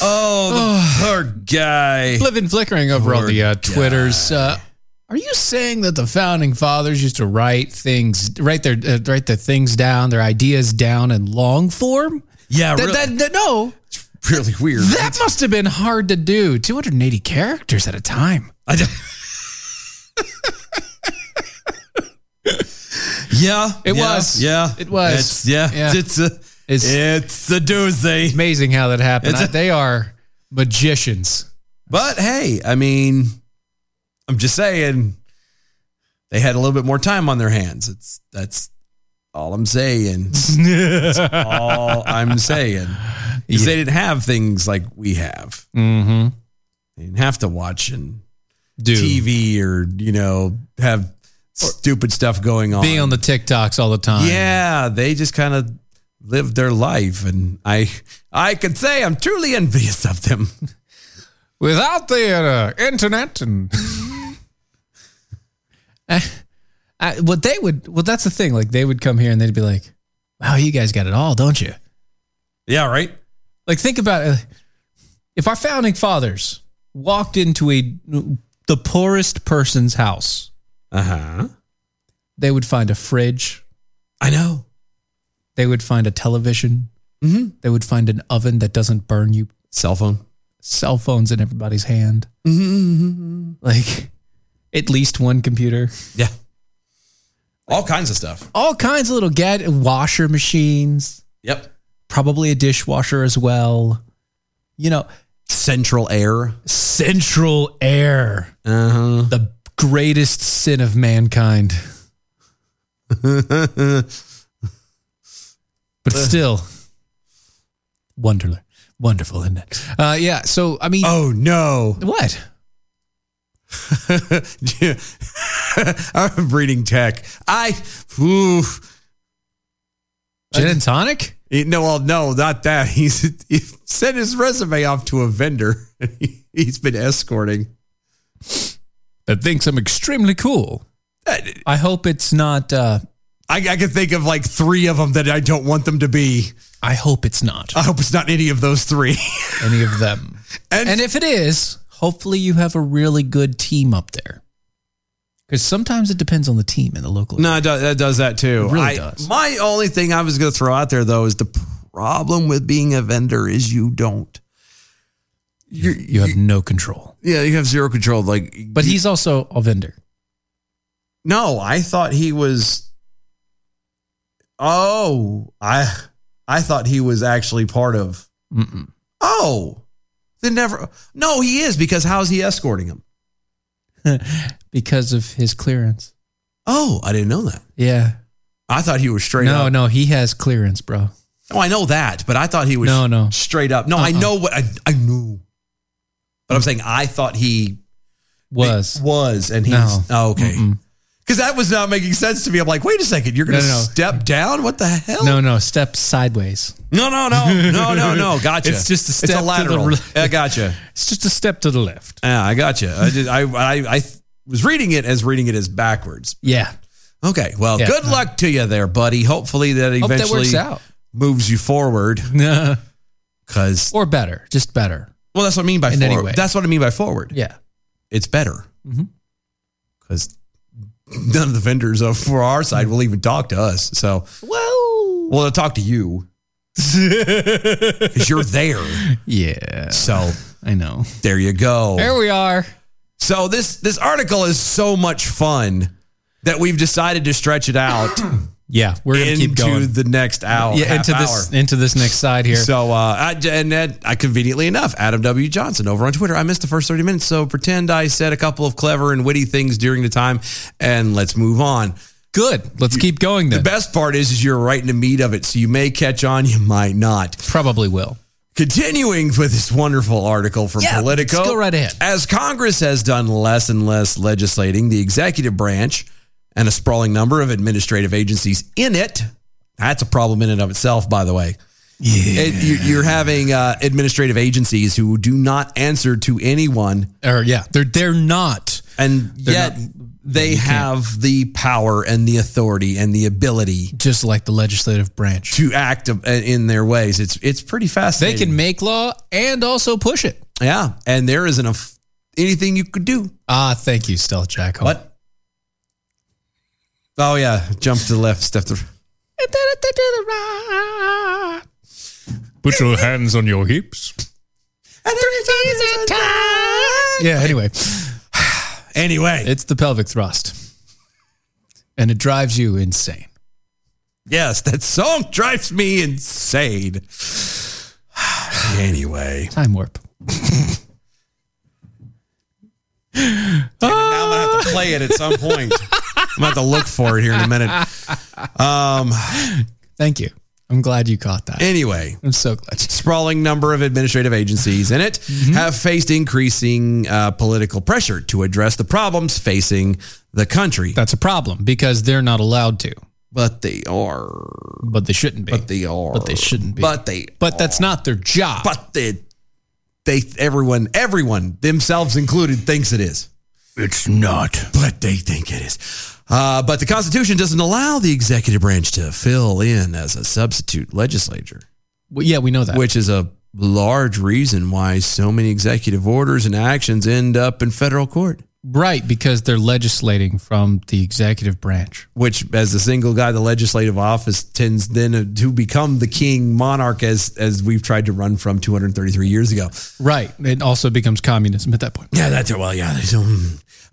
[SPEAKER 2] Oh, the poor guy.
[SPEAKER 3] Living flickering over all
[SPEAKER 2] Poor
[SPEAKER 3] the uh, twitters. Uh, are you saying that the founding fathers used to write things, write their uh, write their things down, their ideas down in long form?
[SPEAKER 2] Yeah,
[SPEAKER 3] That,
[SPEAKER 2] Oh, really,
[SPEAKER 3] that, that- no,
[SPEAKER 2] really weird.
[SPEAKER 3] that must have been hard to do. Two hundred and eighty characters at a time.
[SPEAKER 2] I don't- yeah,
[SPEAKER 3] It
[SPEAKER 2] yeah,
[SPEAKER 3] was.
[SPEAKER 2] Yeah,
[SPEAKER 3] It was.
[SPEAKER 2] It's, yeah,
[SPEAKER 3] Yeah.
[SPEAKER 2] it's a
[SPEAKER 3] It's-
[SPEAKER 2] it's, a doozy.
[SPEAKER 3] Amazing how that happened.
[SPEAKER 2] It's a-
[SPEAKER 3] I- they are magicians.
[SPEAKER 2] But hey, I mean, I'm just saying they had a little bit more time on their hands. It's that's all I'm saying. That's all I'm saying. 'Cause They didn't have things like we have.
[SPEAKER 3] Mm-hmm.
[SPEAKER 2] They didn't have to watch and
[SPEAKER 3] Dude,
[SPEAKER 2] TV or you know have stupid stuff going on.
[SPEAKER 3] being on the TikToks all the time.
[SPEAKER 2] Yeah, they just kind of lived their life, and I I could say I'm truly envious of them.
[SPEAKER 3] Without the uh, internet and I, I, what they would well that's the thing like they would come here and they'd be like, "Wow, you guys got it all, don't you?"
[SPEAKER 2] Yeah, right.
[SPEAKER 3] Like think about it. If our founding fathers walked into a the poorest person's house,
[SPEAKER 2] uh huh,
[SPEAKER 3] they would find a fridge.
[SPEAKER 2] I know.
[SPEAKER 3] They would find a television.
[SPEAKER 2] Mm-hmm.
[SPEAKER 3] They would find an oven that doesn't burn you.
[SPEAKER 2] Cell phone.
[SPEAKER 3] Cell phones in everybody's hand.
[SPEAKER 2] Mm-hmm.
[SPEAKER 3] Like at least one computer.
[SPEAKER 2] Yeah. All kinds of stuff.
[SPEAKER 3] All kinds of little gadget washer machines.
[SPEAKER 2] Yep.
[SPEAKER 3] Probably a dishwasher as well. You know,
[SPEAKER 2] Central Air.
[SPEAKER 3] Central Air.
[SPEAKER 2] Uh-huh.
[SPEAKER 3] The greatest sin of mankind. but still, wonderful, wonderful, isn't it? Uh, yeah. So I mean,
[SPEAKER 2] oh no,
[SPEAKER 3] what?
[SPEAKER 2] I'm reading tech. I ooh.
[SPEAKER 3] gin and tonic.
[SPEAKER 2] He, no, well, no, not that. He's he sent his resume off to a vendor. He, he's been escorting.
[SPEAKER 3] That thinks I'm extremely cool. I hope it's not. Uh,
[SPEAKER 2] I, I can think of like three of them that I don't want them to be.
[SPEAKER 3] I hope it's not.
[SPEAKER 2] I hope it's not any of those three.
[SPEAKER 3] any of them.
[SPEAKER 2] And,
[SPEAKER 3] and if it is, hopefully you have a really good team up there. Because sometimes it depends on the team and the local.
[SPEAKER 2] No, it does, that does that too.
[SPEAKER 3] It really
[SPEAKER 2] I-
[SPEAKER 3] does.
[SPEAKER 2] My only thing I was going to throw out there though is the problem with being a vendor is you don't.
[SPEAKER 3] You, you have no control.
[SPEAKER 2] Yeah, you have zero control. Like,
[SPEAKER 3] But he's also a vendor.
[SPEAKER 2] no, I thought he was. Oh, I, I thought he was actually part of.
[SPEAKER 3] Mm-mm.
[SPEAKER 2] Oh, then never. No, he is because how's he escorting him?
[SPEAKER 3] because of his clearance.
[SPEAKER 2] Oh, I didn't know that.
[SPEAKER 3] Yeah.
[SPEAKER 2] I thought he was straight
[SPEAKER 3] No,
[SPEAKER 2] up.
[SPEAKER 3] no, he has clearance, bro.
[SPEAKER 2] No, Oh, I know that, but I thought he was
[SPEAKER 3] No, no.
[SPEAKER 2] straight up. No, I
[SPEAKER 3] Uh-uh.
[SPEAKER 2] know what I, I know. But I'm saying I thought he
[SPEAKER 3] Was.
[SPEAKER 2] was, and he's
[SPEAKER 3] No.
[SPEAKER 2] oh, okay.
[SPEAKER 3] Mm-mm.
[SPEAKER 2] Because that was not making sense to me. I'm like, wait a second, you're going to
[SPEAKER 3] No, no, no.
[SPEAKER 2] step down? What the hell?
[SPEAKER 3] No, no, step sideways.
[SPEAKER 2] no, no, no, no, no, no. Gotcha.
[SPEAKER 3] It's just a step
[SPEAKER 2] It's
[SPEAKER 3] to
[SPEAKER 2] a
[SPEAKER 3] the
[SPEAKER 2] lateral.
[SPEAKER 3] re-
[SPEAKER 2] yeah, gotcha.
[SPEAKER 3] It's just a step to the left.
[SPEAKER 2] Yeah, I gotcha. I did. I, I, I was reading it as reading it as backwards.
[SPEAKER 3] Yeah.
[SPEAKER 2] Okay. Well,
[SPEAKER 3] Yeah,
[SPEAKER 2] good
[SPEAKER 3] no.
[SPEAKER 2] luck to you there, buddy. Hopefully that
[SPEAKER 3] Hope
[SPEAKER 2] eventually
[SPEAKER 3] that works out.
[SPEAKER 2] moves you forward. Because
[SPEAKER 3] or better, just better.
[SPEAKER 2] Well, that's what I mean by
[SPEAKER 3] In any
[SPEAKER 2] forward.
[SPEAKER 3] way.
[SPEAKER 2] That's what I mean by forward.
[SPEAKER 3] Yeah.
[SPEAKER 2] It's better
[SPEAKER 3] Mhm.
[SPEAKER 2] because none of the vendors of for our side will even talk to us. So,
[SPEAKER 3] Whoa.
[SPEAKER 2] well, they'll talk to you because you're there.
[SPEAKER 3] Yeah.
[SPEAKER 2] So
[SPEAKER 3] I know.
[SPEAKER 2] there you go.
[SPEAKER 3] There we are.
[SPEAKER 2] So this this article is so much fun that we've decided to stretch it out
[SPEAKER 3] Yeah, we're gonna
[SPEAKER 2] into
[SPEAKER 3] keep going.
[SPEAKER 2] the next hour.
[SPEAKER 3] yeah,
[SPEAKER 2] half
[SPEAKER 3] into this
[SPEAKER 2] hour.
[SPEAKER 3] into this next side here.
[SPEAKER 2] So, uh, I, and that, I conveniently enough, Adam W. Johnson over on Twitter. I missed the first 30 minutes, so pretend I said a couple of clever and witty things during the time, and let's move on.
[SPEAKER 3] Good. Let's keep going
[SPEAKER 2] The
[SPEAKER 3] then.
[SPEAKER 2] best part is, is you're right in the meat of it, so you may catch on, you might not.
[SPEAKER 3] Probably will.
[SPEAKER 2] Continuing with this wonderful article from
[SPEAKER 3] Yeah,
[SPEAKER 2] Politico.
[SPEAKER 3] let's go right ahead.
[SPEAKER 2] As Congress has done less and less legislating, the executive branch and a sprawling number of administrative agencies in it, that's a problem in and of itself, by the way. Yeah. you, you're having uh, administrative agencies who do not answer to anyone,
[SPEAKER 3] Or yeah, they're they're not.
[SPEAKER 2] and yet
[SPEAKER 3] not-
[SPEAKER 2] they
[SPEAKER 3] you can't.
[SPEAKER 2] have the power and the authority and the ability
[SPEAKER 3] Just like the legislative branch.
[SPEAKER 2] to act uh, in their ways. It's it's pretty
[SPEAKER 3] They
[SPEAKER 2] fascinating.
[SPEAKER 3] can make law and also push it.
[SPEAKER 2] Yeah, and there isn't a f- anything you could do.
[SPEAKER 3] Ah, thank you, Stealth Jack.
[SPEAKER 2] What? Oh yeah, jump to the left, step to.
[SPEAKER 3] Put your hands on your hips. Yeah, anyway,
[SPEAKER 2] Anyway,
[SPEAKER 3] it's the pelvic thrust. And it drives you insane.
[SPEAKER 2] yes, that song drives me insane. anyway,
[SPEAKER 3] Time warp.
[SPEAKER 2] now I'm gonna have to play it at some point. I'm gonna have to look for it here in a minute. Um.
[SPEAKER 3] Thank you. I'm glad you caught that.
[SPEAKER 2] Anyway,
[SPEAKER 3] I'm so glad.
[SPEAKER 2] sprawling number of administrative agencies in it have faced increasing uh, political pressure to address the problems facing the country.
[SPEAKER 3] That's a problem because they're not allowed to.
[SPEAKER 2] But they are.
[SPEAKER 3] But they shouldn't be.
[SPEAKER 2] But they are.
[SPEAKER 3] But they shouldn't be.
[SPEAKER 2] But they.
[SPEAKER 3] But that's not their job.
[SPEAKER 2] But they. They. Everyone. Everyone, themselves included, thinks it is.
[SPEAKER 1] It's not.
[SPEAKER 2] But they think it is. Uh, but the Constitution doesn't allow the executive branch to fill in as a substitute legislature.
[SPEAKER 3] Well, yeah, we know that.
[SPEAKER 2] Which is a large reason why so many executive orders and actions end up in federal court.
[SPEAKER 3] Right, because they're legislating from the executive branch.
[SPEAKER 2] Which, as the single guy, the legislative office tends then to become the king monarch, as as we've tried to run from 233 years ago.
[SPEAKER 3] Right, it also becomes communism at that point.
[SPEAKER 2] Yeah, that's well, yeah.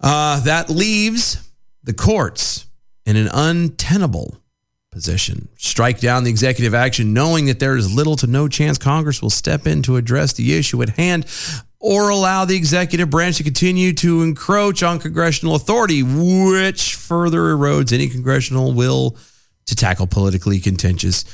[SPEAKER 2] Uh, that leaves the courts in an untenable position. Strike down the executive action, knowing that there is little to no chance Congress will step in to address the issue at hand or allow the executive branch to continue to encroach on congressional authority, which further erodes any congressional will to tackle politically contentious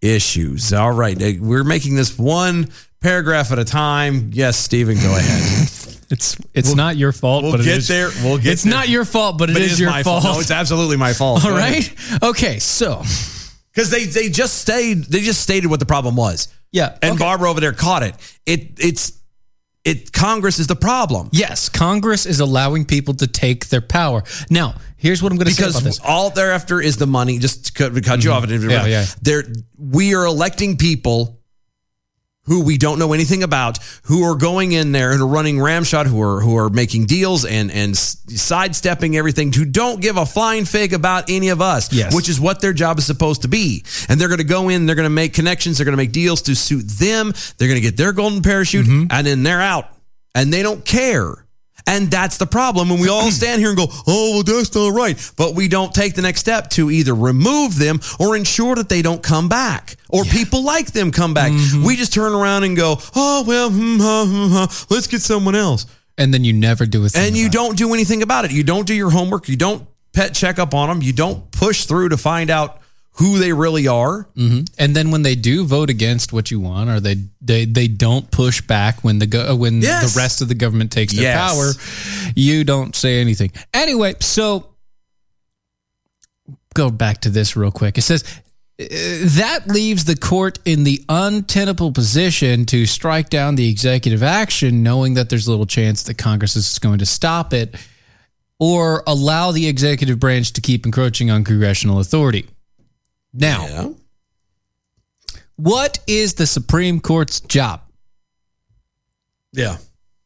[SPEAKER 2] issues. All right, uh, we're making this one paragraph at a time. Yes, Stephen, go ahead.
[SPEAKER 3] It's it's we'll, not your fault.
[SPEAKER 2] We'll
[SPEAKER 3] but
[SPEAKER 2] get
[SPEAKER 3] it is,
[SPEAKER 2] there. We'll get.
[SPEAKER 3] It's
[SPEAKER 2] there.
[SPEAKER 3] not your fault, but, but it is, is your fault.
[SPEAKER 2] No, it's absolutely my fault.
[SPEAKER 3] All right. Okay. So,
[SPEAKER 2] because they they just stayed, they just stated what the problem was.
[SPEAKER 3] Yeah.
[SPEAKER 2] And
[SPEAKER 3] okay.
[SPEAKER 2] Barbara over there caught it. It it's it Congress is the problem.
[SPEAKER 3] Yes, Congress is allowing people to take their power. Now, here's what I'm going to say about this.
[SPEAKER 2] all they're after is the money. Just to cut, cut mm-hmm. you off. Yeah, yeah. They're, we are electing people who we don't know anything about, who are going in there and are running ramshot, who are who are making deals and and sidestepping everything, who don't give a flying fig about any of us,
[SPEAKER 3] yes.
[SPEAKER 2] which is what their job is supposed to be. And they're going to go in, they're going to make connections, they're going to make deals to suit them, they're going to get their golden parachute, mm-hmm. and then they're out, and they don't care. And that's the problem. When we all stand here and go, oh, well, that's not right. But we don't take the next step to either remove them or ensure that they don't come back or yeah. people like them come back. Mm-hmm. We just turn around and go, oh, well, hmm, huh, hmm, huh. let's get someone else.
[SPEAKER 3] And then you never do a
[SPEAKER 2] And you don't it. do anything about it. You don't do your homework. You don't pet check up on them. You don't push through to find out who they really are.
[SPEAKER 3] Mm-hmm. And then when they do vote against what you want, or they they they don't push back when the go, when yes. the rest of the government takes their yes. power, you don't say anything. Anyway, so go back to this real quick. It says uh, that leaves the court in the untenable position to strike down the executive action, knowing that there's little chance that Congress is going to stop it or allow the executive branch to keep encroaching on congressional authority. Now, yeah. what is the Supreme Court's job?
[SPEAKER 2] Yeah.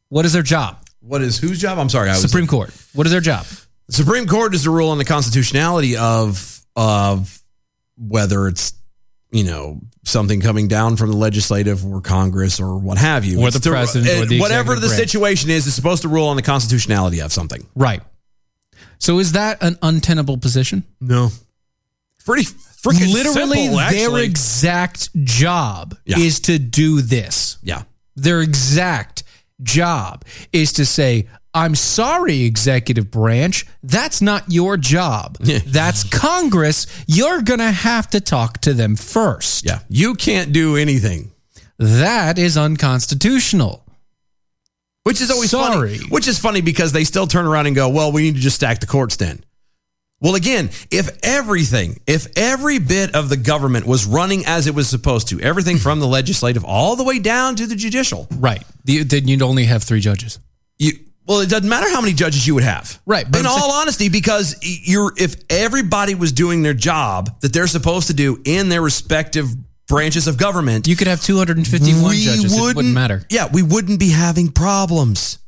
[SPEAKER 3] What is their job?
[SPEAKER 2] What is whose job? I'm sorry. I
[SPEAKER 3] Supreme was, Court. What is their job?
[SPEAKER 2] The Supreme Court is the rule on the constitutionality of of whether it's you know something coming down from the legislative or Congress or what have you,
[SPEAKER 3] or the, the president, it, or the
[SPEAKER 2] whatever the branch. situation is, is supposed to rule on the constitutionality of something.
[SPEAKER 3] Right. So is that an untenable position?
[SPEAKER 2] No. Pretty Frickin
[SPEAKER 3] literally
[SPEAKER 2] simple,
[SPEAKER 3] their exact job yeah. is to do this.
[SPEAKER 2] Yeah.
[SPEAKER 3] Their exact job is to say, I'm sorry, executive branch. That's not your job. that's Congress. You're going to have to talk to them first.
[SPEAKER 2] Yeah. You can't do anything.
[SPEAKER 3] That is unconstitutional.
[SPEAKER 2] Which is always sorry. funny. Which is funny because they still turn around and go, well, we need to just stack the courts then. Well, again, if everything, if every bit of the government was running as it was supposed to, everything from the legislative all the way down to the judicial,
[SPEAKER 3] right? Then you'd only have three judges.
[SPEAKER 2] You well, it doesn't matter how many judges you would have,
[SPEAKER 3] right?
[SPEAKER 2] But in all saying, honesty, because you're if everybody was doing their job that they're supposed to do in their respective branches of government,
[SPEAKER 3] you could have 251 judges. Wouldn't, it wouldn't matter.
[SPEAKER 2] Yeah, we wouldn't be having problems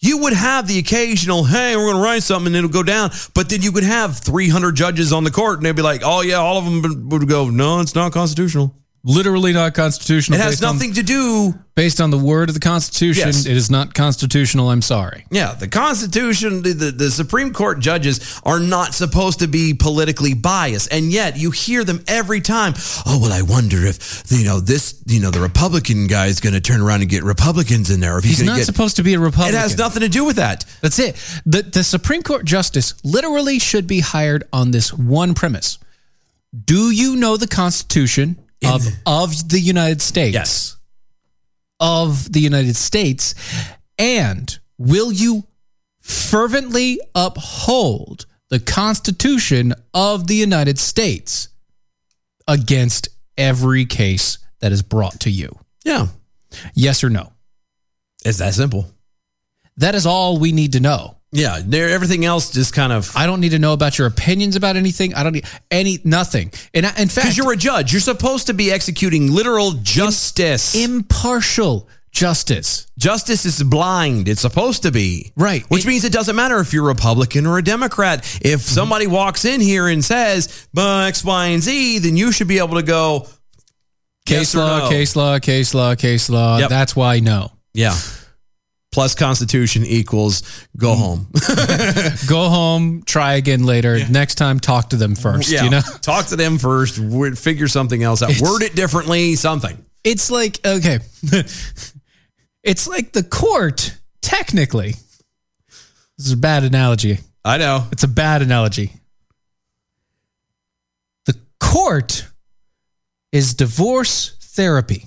[SPEAKER 2] you would have the occasional, hey, we're going to write something and it'll go down. But then you could have 300 judges on the court and they'd be like, oh, yeah, all of them would go, no, it's not constitutional.
[SPEAKER 3] Literally not constitutional.
[SPEAKER 2] It has nothing on, to do.
[SPEAKER 3] Based on the word of the Constitution, yes. it is not constitutional. I'm sorry.
[SPEAKER 2] Yeah, the Constitution, the, the, the Supreme Court judges are not supposed to be politically biased. And yet you hear them every time. Oh, well, I wonder if, you know, this, you know, the Republican guy is going to turn around and get Republicans in there. Or if
[SPEAKER 3] he's,
[SPEAKER 2] he's
[SPEAKER 3] not
[SPEAKER 2] get,
[SPEAKER 3] supposed to be a Republican.
[SPEAKER 2] It has nothing to do with that.
[SPEAKER 3] That's it. The, the Supreme Court justice literally should be hired on this one premise Do you know the Constitution? In, of of the United States.
[SPEAKER 2] Yes.
[SPEAKER 3] Of the United States. And will you fervently uphold the Constitution of the United States against every case that is brought to you.
[SPEAKER 2] Yeah.
[SPEAKER 3] Yes or no?
[SPEAKER 2] It's that simple.
[SPEAKER 3] That is all we need to know.
[SPEAKER 2] Yeah, there everything else just kind of
[SPEAKER 3] I don't need to know about your opinions about anything. I don't need any nothing. And I, in fact,
[SPEAKER 2] because you're a judge, you're supposed to be executing literal justice,
[SPEAKER 3] impartial justice.
[SPEAKER 2] Justice is blind. It's supposed to be
[SPEAKER 3] right,
[SPEAKER 2] which means it doesn't matter if you're Republican or a Democrat. If
[SPEAKER 3] Mm-hmm.
[SPEAKER 2] somebody walks in here and says "But X, Y, and Z," then you should be able to go Yes
[SPEAKER 3] Case
[SPEAKER 2] or
[SPEAKER 3] law,
[SPEAKER 2] no?
[SPEAKER 3] case law, case law, case law.
[SPEAKER 2] Yep.
[SPEAKER 3] That's why no.
[SPEAKER 2] yeah. Plus Constitution equals go
[SPEAKER 3] Mm-hmm.
[SPEAKER 2] home.
[SPEAKER 3] Go home, try again later. Next time, talk to them first.
[SPEAKER 2] Yeah.
[SPEAKER 3] You know,
[SPEAKER 2] talk to them first. word- Figure something else out.
[SPEAKER 3] It's-
[SPEAKER 2] Word it differently. Something.
[SPEAKER 3] it's like okay, it's like the court. Technically, this is a bad analogy.
[SPEAKER 2] I know.
[SPEAKER 3] It's a bad analogy. The court is divorce therapy.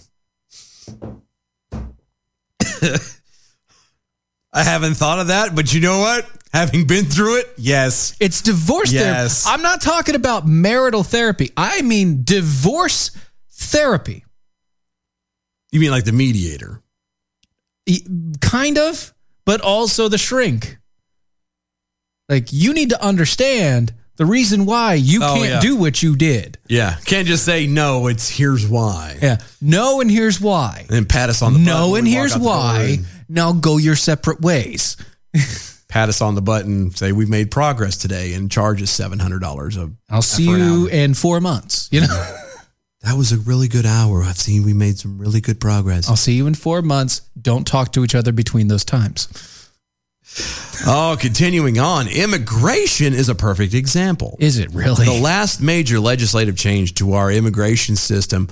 [SPEAKER 2] I haven't thought of that, but you know what? Having been through it, yes.
[SPEAKER 3] It's divorce
[SPEAKER 2] Yes.
[SPEAKER 3] therapy. I'm not talking about marital therapy. I mean divorce therapy.
[SPEAKER 2] You mean like the mediator?
[SPEAKER 3] E- Kind of, but also the shrink. Like you need to understand the reason why you
[SPEAKER 2] Oh,
[SPEAKER 3] can't
[SPEAKER 2] yeah.
[SPEAKER 3] do what you did.
[SPEAKER 2] Yeah. Can't just say no, it's here's why.
[SPEAKER 3] Yeah. No, and here's why.
[SPEAKER 2] And then pat us on the butt
[SPEAKER 3] No,
[SPEAKER 2] when
[SPEAKER 3] and
[SPEAKER 2] we walk
[SPEAKER 3] here's
[SPEAKER 2] out the door
[SPEAKER 3] why.
[SPEAKER 2] and
[SPEAKER 3] Now go your separate ways.
[SPEAKER 2] Pat us on the butt and say we've made progress today and charge us seven hundred dollars a
[SPEAKER 3] I'll see
[SPEAKER 2] for an
[SPEAKER 3] you
[SPEAKER 2] hour.
[SPEAKER 3] in four months. You know,
[SPEAKER 2] That was a really good hour. I've seen we made some really good progress.
[SPEAKER 3] I'll see you in four months. Don't talk to each other between those times.
[SPEAKER 2] Oh, continuing on, immigration is a perfect example.
[SPEAKER 3] Is it really?
[SPEAKER 2] The last major legislative change to our immigration system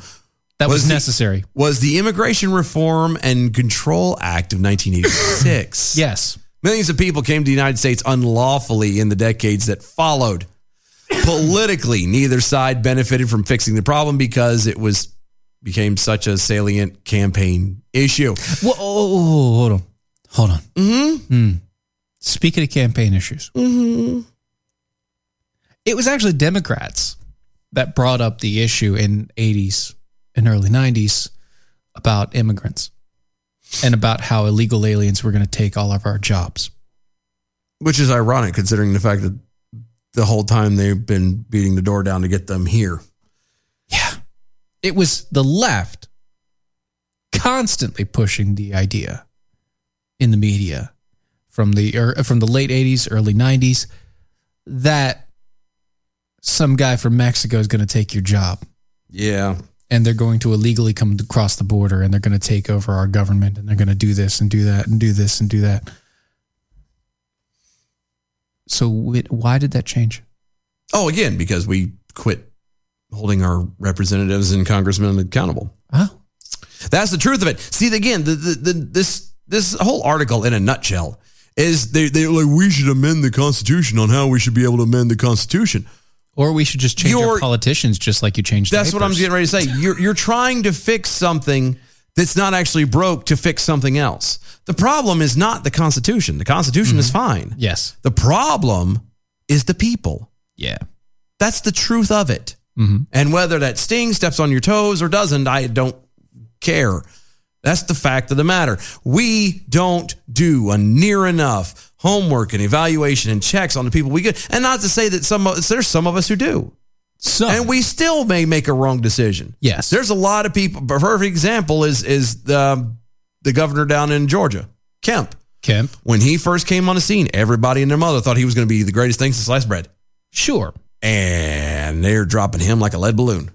[SPEAKER 3] That was,
[SPEAKER 2] the-
[SPEAKER 3] necessary.
[SPEAKER 2] was the Immigration Reform and Control Act of 1986.
[SPEAKER 3] Yes.
[SPEAKER 2] Millions of people came to the United States unlawfully in the decades that followed. Politically, neither side benefited from fixing the problem because it was became such a salient campaign issue.
[SPEAKER 3] Whoa, whoa, whoa, whoa, hold on. Hold on. Mm-hmm. Speaking of campaign issues, it was actually Democrats that brought up the issue in 80s and early 90s about immigrants and about how illegal aliens were going to take all of our jobs.
[SPEAKER 2] Which is ironic considering the fact that the whole time they've been beating the door down to get them here.
[SPEAKER 3] It was the left constantly pushing the idea in the media from the er, from the late 80s, early 90s that some guy from Mexico is going to take your job
[SPEAKER 2] Yeah.
[SPEAKER 3] and they're going to illegally come across the border and they're going to take over our government and they're going to do this and do that and do this and do that. So it, why did that change?
[SPEAKER 2] Oh, again, because we quit holding our representatives and congressmen accountable.
[SPEAKER 3] Oh,
[SPEAKER 2] That's the truth of it. See again, the, the, the this this whole article in a nutshell is they they like we should amend the Constitution on how we should be able to amend the Constitution.
[SPEAKER 3] or we should just change
[SPEAKER 2] Your-
[SPEAKER 3] our politicians just like you changed. the
[SPEAKER 2] That's what I'm
[SPEAKER 3] papers.
[SPEAKER 2] getting ready to say. You're you're trying to fix something that's not actually broke to fix something else. The problem is not the Constitution. The Constitution is fine.
[SPEAKER 3] Yes.
[SPEAKER 2] The problem is the people.
[SPEAKER 3] Yeah.
[SPEAKER 2] That's the truth of it. And whether that sting steps on your toes or doesn't, I don't care. That's the fact of the matter. We don't do a near enough homework and evaluation and checks on the people we get. And not to say that some of, there's some of us who do.
[SPEAKER 3] So
[SPEAKER 2] And we still may make a wrong decision.
[SPEAKER 3] Yes.
[SPEAKER 2] There's a lot of people. A perfect example is is the, um, the governor down in Georgia, Kemp.
[SPEAKER 3] Kemp.
[SPEAKER 2] When he first came on the scene, everybody and their mother thought he was going to be the greatest thing since sliced bread
[SPEAKER 3] Sure.
[SPEAKER 2] and they're dropping him like a lead balloon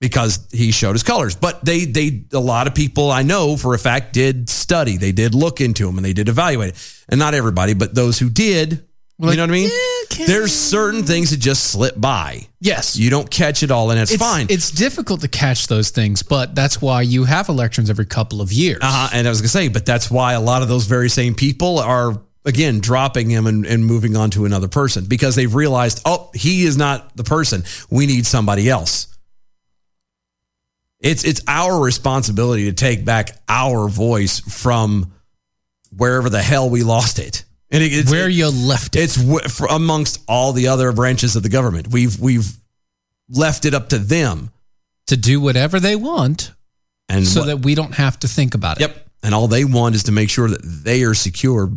[SPEAKER 2] because he showed his colors. But they they a lot of people I know for a fact did study. They did look into him and they did evaluate it. And not everybody, but those who did, you know what I mean? There's certain things that just slip by.
[SPEAKER 3] Yes.
[SPEAKER 2] You don't catch it all and it's, fine.
[SPEAKER 3] It's difficult to catch those things, but that's why you have elections every couple of years.
[SPEAKER 2] uh-huh. And I was gonna say, but that's why a lot of those very same people are again dropping him and, and moving on to another person because they've realized, oh, he is not the person. We need somebody else. It's it's our responsibility to take back our voice from wherever the hell we lost it. and it, it's where you left it. It's wh- for- amongst all the other branches of the government. We've we've left it up to them
[SPEAKER 3] to do whatever they want,
[SPEAKER 2] and
[SPEAKER 3] so
[SPEAKER 2] what-
[SPEAKER 3] that we don't have to think about it.
[SPEAKER 2] Yep. And all they want is to make sure that they are secure.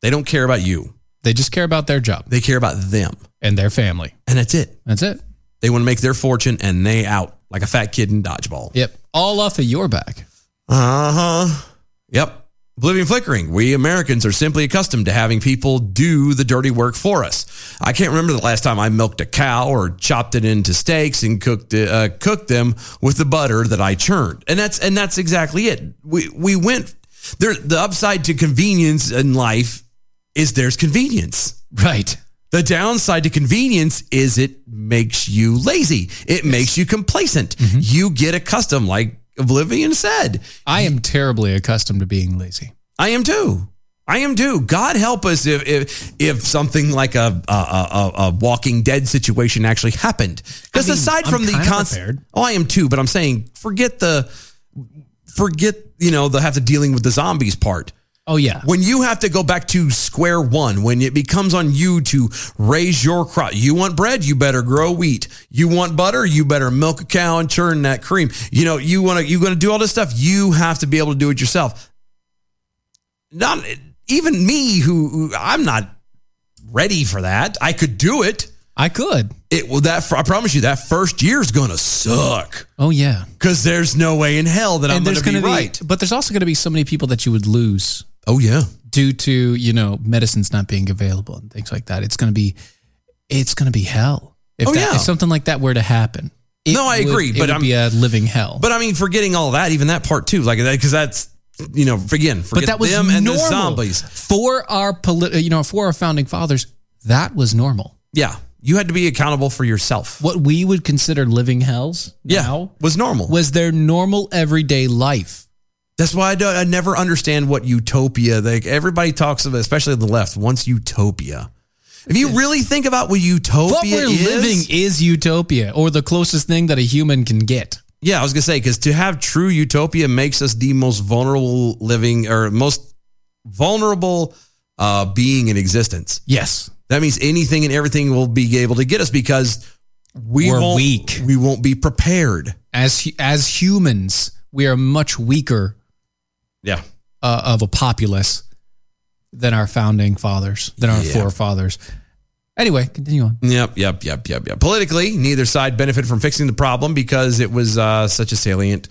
[SPEAKER 2] They don't care about you.
[SPEAKER 3] They just care about their job.
[SPEAKER 2] They care about them
[SPEAKER 3] and their family.
[SPEAKER 2] And that's it.
[SPEAKER 3] That's it.
[SPEAKER 2] They want to make their fortune and they out like a fat kid in dodgeball.
[SPEAKER 3] Yep. All off of your back.
[SPEAKER 2] Uh huh. Yep. Oblivion flickering. We Americans are simply accustomed to having people do the dirty work for us. I can't remember the last time I milked a cow or chopped it into steaks and cooked it- uh, cooked them with the butter that I churned. And that's and that's exactly it. We we went there. The upside to convenience in life is there's convenience.
[SPEAKER 3] Right.
[SPEAKER 2] The downside to convenience is it makes you lazy. It makes you complacent. You get accustomed, like Oblivion said.
[SPEAKER 3] I am terribly accustomed to being lazy.
[SPEAKER 2] I am too. I am too. God help us if if, if something like a a, a a Walking Dead situation actually happened. Because
[SPEAKER 3] I mean,
[SPEAKER 2] aside
[SPEAKER 3] I'm
[SPEAKER 2] from the
[SPEAKER 3] kinda
[SPEAKER 2] concept,
[SPEAKER 3] prepared.
[SPEAKER 2] oh, I am too. But I'm saying forget the forget you know the have to dealing with the zombies part.
[SPEAKER 3] Oh yeah.
[SPEAKER 2] When you have to go back to square one, when it becomes on you to raise your crop, you want bread, you better grow wheat. You want butter, you better milk a cow and churn that cream. You know, you want to, you're going to do all this stuff. You have to be able to do it yourself. Not even me, who, who- I'm not ready for that. I could do it.
[SPEAKER 3] I could.
[SPEAKER 2] It will that I promise you that first year's going to suck
[SPEAKER 3] Oh yeah.
[SPEAKER 2] because there's no way in hell that I'm going to be right.
[SPEAKER 3] But there's also going to be so many people that you would lose.
[SPEAKER 2] Oh yeah.
[SPEAKER 3] Due to you know medicines not being available and things like that, it's going to be, it's going to be hell. If
[SPEAKER 2] Oh,
[SPEAKER 3] that,
[SPEAKER 2] yeah.
[SPEAKER 3] If something like that were to happen, it
[SPEAKER 2] No, I
[SPEAKER 3] would-
[SPEAKER 2] agree,
[SPEAKER 3] It
[SPEAKER 2] but
[SPEAKER 3] would
[SPEAKER 2] I'm-
[SPEAKER 3] be a living hell.
[SPEAKER 2] But I mean, forgetting all that, even that part too, like that, because that's you know, again, forget
[SPEAKER 3] but that was
[SPEAKER 2] them and
[SPEAKER 3] normal
[SPEAKER 2] the zombies.
[SPEAKER 3] for our polit- you know for our founding fathers. That was normal.
[SPEAKER 2] Yeah, you had to be accountable for yourself.
[SPEAKER 3] What we would consider living hells
[SPEAKER 2] Yeah,
[SPEAKER 3] now
[SPEAKER 2] was normal.
[SPEAKER 3] was their normal everyday life.
[SPEAKER 2] That's why I, don't, I never understand what utopia. Like everybody talks about, especially the left, wants utopia. If you really think about what utopia
[SPEAKER 3] what we're
[SPEAKER 2] is,
[SPEAKER 3] living is utopia or the closest thing that a human can get.
[SPEAKER 2] yeah, I was gonna say because to have true utopia makes us the most vulnerable living or most vulnerable uh, being in existence.
[SPEAKER 3] Yes.
[SPEAKER 2] That means anything and everything will be able to get us because we
[SPEAKER 3] We're
[SPEAKER 2] won't,
[SPEAKER 3] weak.
[SPEAKER 2] We won't be prepared.
[SPEAKER 3] As hu- as humans, we are much weaker
[SPEAKER 2] Yeah.
[SPEAKER 3] uh, of a populace than our founding fathers, than our
[SPEAKER 2] Yeah.
[SPEAKER 3] forefathers. Anyway, continue on.
[SPEAKER 2] Yep, yep, yep, yep, yep. Politically, neither side benefited from fixing the problem because it was uh, such a salient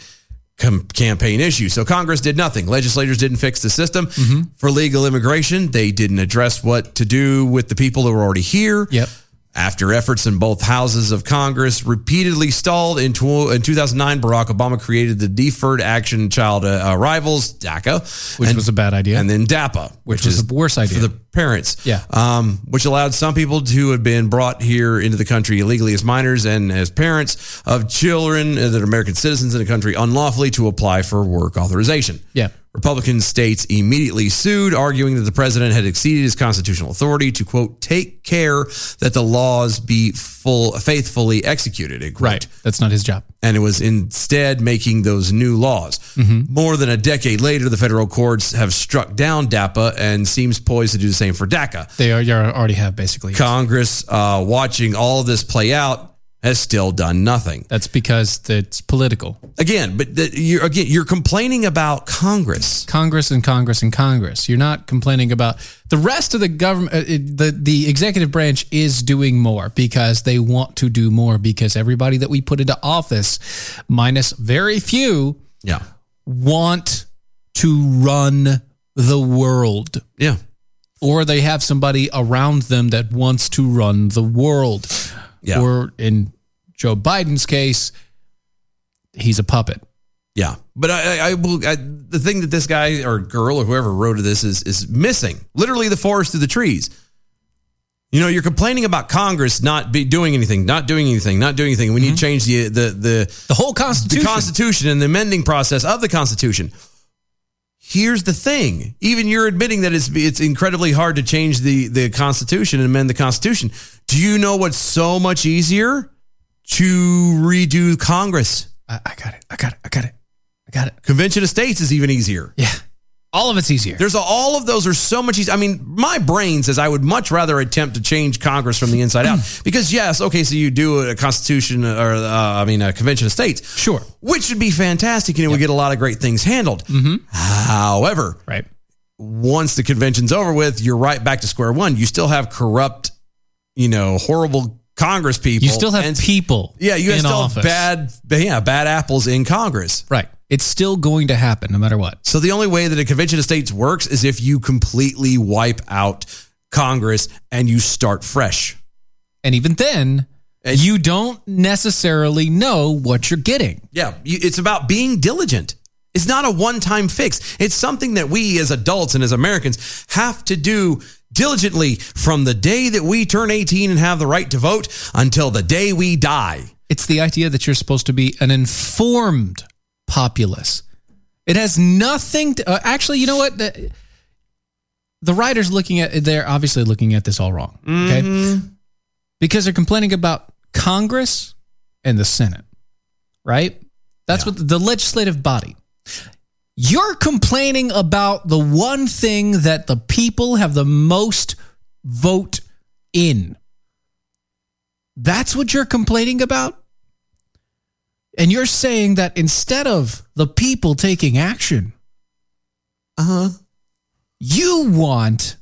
[SPEAKER 2] com- campaign issue. So Congress did nothing. Legislators didn't fix the system
[SPEAKER 3] Mm-hmm.
[SPEAKER 2] for legal immigration. They didn't address what to do with the people that were already here.
[SPEAKER 3] Yep.
[SPEAKER 2] After efforts in both houses of Congress repeatedly stalled in, tw- in 2009, Barack Obama created the Deferred Action Child uh, Arrivals DACA,
[SPEAKER 3] Which
[SPEAKER 2] and-
[SPEAKER 3] was a bad idea.
[SPEAKER 2] and then DAPA,
[SPEAKER 3] Which was the worst idea.
[SPEAKER 2] for the parents.
[SPEAKER 3] Yeah.
[SPEAKER 2] um, which allowed some people to have been brought here into the country illegally as minors and as parents of children that are American citizens in the country unlawfully to apply for work authorization.
[SPEAKER 3] yeah.
[SPEAKER 2] Republican states immediately sued, arguing that the president had exceeded his constitutional authority to quote take care that the laws be full faithfully executed. End quote
[SPEAKER 3] Right. That's not his job.
[SPEAKER 2] and it was instead making those new laws. More than a decade later, the federal courts have struck down DAPA and seems poised to do the same for DACA.
[SPEAKER 3] They are, you already have basically.
[SPEAKER 2] Congress, uh, watching all this play out, has still done nothing.
[SPEAKER 3] That's because it's political.
[SPEAKER 2] Again, but the, you're again you're complaining about Congress.
[SPEAKER 3] Congress and Congress and Congress. You're not complaining about the rest of the government. uh, it- The the executive branch is doing more because they want to do more because everybody that we put into office, minus very few,
[SPEAKER 2] Yeah,
[SPEAKER 3] want to run the world.
[SPEAKER 2] yeah,
[SPEAKER 3] Or they have somebody around them that wants to run the world.
[SPEAKER 2] Yeah.
[SPEAKER 3] Or in Joe Biden's case, he's a puppet.
[SPEAKER 2] yeah. But I, I, I will. I, the thing that this guy or girl or whoever wrote this is is missing literally the forest through the trees. You know, you're complaining about Congress not be doing anything, not doing anything, not doing anything. We need to change the the the
[SPEAKER 3] Mm-hmm. The whole
[SPEAKER 2] the
[SPEAKER 3] Constitution.
[SPEAKER 2] Constitution and the amending process of the Constitution. Here's the thing: even you're admitting that it's it's incredibly hard to change the the Constitution and amend the Constitution. Do you know what's so much easier to redo Congress?
[SPEAKER 3] I, I got it. I got it. I got it. I got it.
[SPEAKER 2] Convention of States is even easier.
[SPEAKER 3] Yeah. All of it's easier.
[SPEAKER 2] There's a, all of those are so much easier. I mean, my brain says I would much rather attempt to change Congress from the inside out because yes, okay, so you do a constitution or uh, I mean a convention of states,
[SPEAKER 3] sure,
[SPEAKER 2] which would be fantastic and it would get a lot of great things handled.
[SPEAKER 3] Mm-hmm.
[SPEAKER 2] However,
[SPEAKER 3] right,
[SPEAKER 2] once the convention's over with, you're right back to square one. You still have corrupt, you know, horrible Congress people.
[SPEAKER 3] You still have
[SPEAKER 2] And-
[SPEAKER 3] people.
[SPEAKER 2] yeah, you
[SPEAKER 3] in
[SPEAKER 2] have still have
[SPEAKER 3] office.
[SPEAKER 2] bad, yeah, bad apples in Congress.
[SPEAKER 3] Right. It's still going to happen no matter what.
[SPEAKER 2] So the only way that a convention of states works is if you completely wipe out Congress and you start fresh.
[SPEAKER 3] And even then, you don't necessarily know what you're getting.
[SPEAKER 2] Yeah, you, it's about being diligent. It's not a one-time fix. It's something that we as adults and as Americans have to do diligently from the day that we turn 18 and have the right to vote until the day we die.
[SPEAKER 3] It's the idea that you're supposed to be an informed populace. It has nothing to uh, actually, you know what? The, the writers looking at they're obviously looking at this all wrong. Okay. Because they're complaining about Congress and the Senate, right? That's what the, the legislative body. You're complaining about the one thing that the people have the most vote in. That's what you're complaining about? And you're saying that instead of the people taking action, uh-huh, you want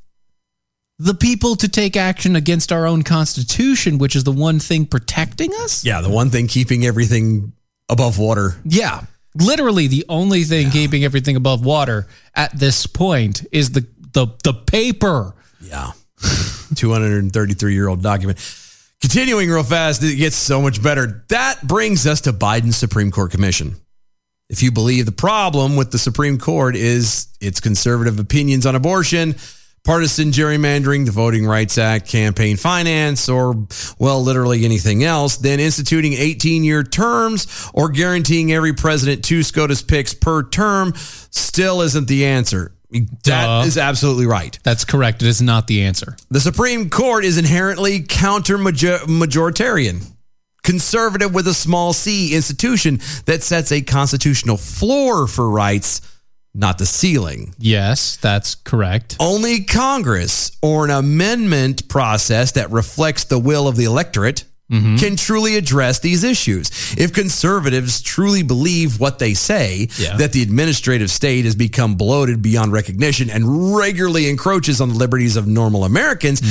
[SPEAKER 3] the people to take action against our own constitution, which is the one thing protecting us?
[SPEAKER 2] Yeah, the one thing keeping everything above water.
[SPEAKER 3] Yeah. Literally the only thing keeping everything above water at this point is the the, the paper.
[SPEAKER 2] Yeah. 233 year old document. Continuing real fast, it gets so much better. That brings us to Biden's Supreme Court Commission. If you believe the problem with the Supreme Court is its conservative opinions on abortion, partisan gerrymandering, the Voting Rights Act, campaign finance, or, well, literally anything else, then instituting 18 year terms or guaranteeing every president two SCOTUS picks per term still isn't the answer. That is absolutely right.
[SPEAKER 3] That's correct. It is not the answer.
[SPEAKER 2] The Supreme Court is inherently counter majoritarian, conservative with a small c institution that sets a constitutional floor for rights, not the ceiling.
[SPEAKER 3] Yes, that's correct.
[SPEAKER 2] Only Congress or an amendment process that reflects the will of the electorate can truly address these issues. If conservatives truly believe what they say,
[SPEAKER 9] Yeah.
[SPEAKER 2] that the administrative state has become bloated beyond recognition and regularly encroaches on the liberties of normal Americans,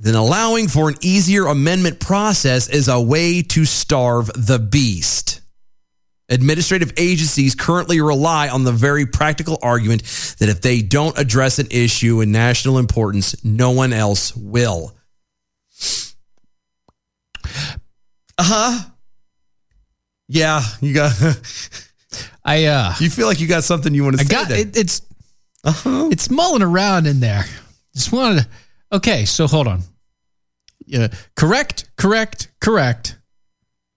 [SPEAKER 2] then allowing for an easier amendment process is a way to starve the beast. Administrative agencies currently rely on the very practical argument that if they don't address an issue in national importance, no one else will. Uh huh. Yeah, you got.
[SPEAKER 3] I uh.
[SPEAKER 2] You feel like you got something you want to
[SPEAKER 3] I
[SPEAKER 2] say? Uh-huh.
[SPEAKER 3] got
[SPEAKER 2] there.
[SPEAKER 3] it, it's it's mulling around in there. Just wanted. To, okay, so hold on. Yeah, correct, correct, correct,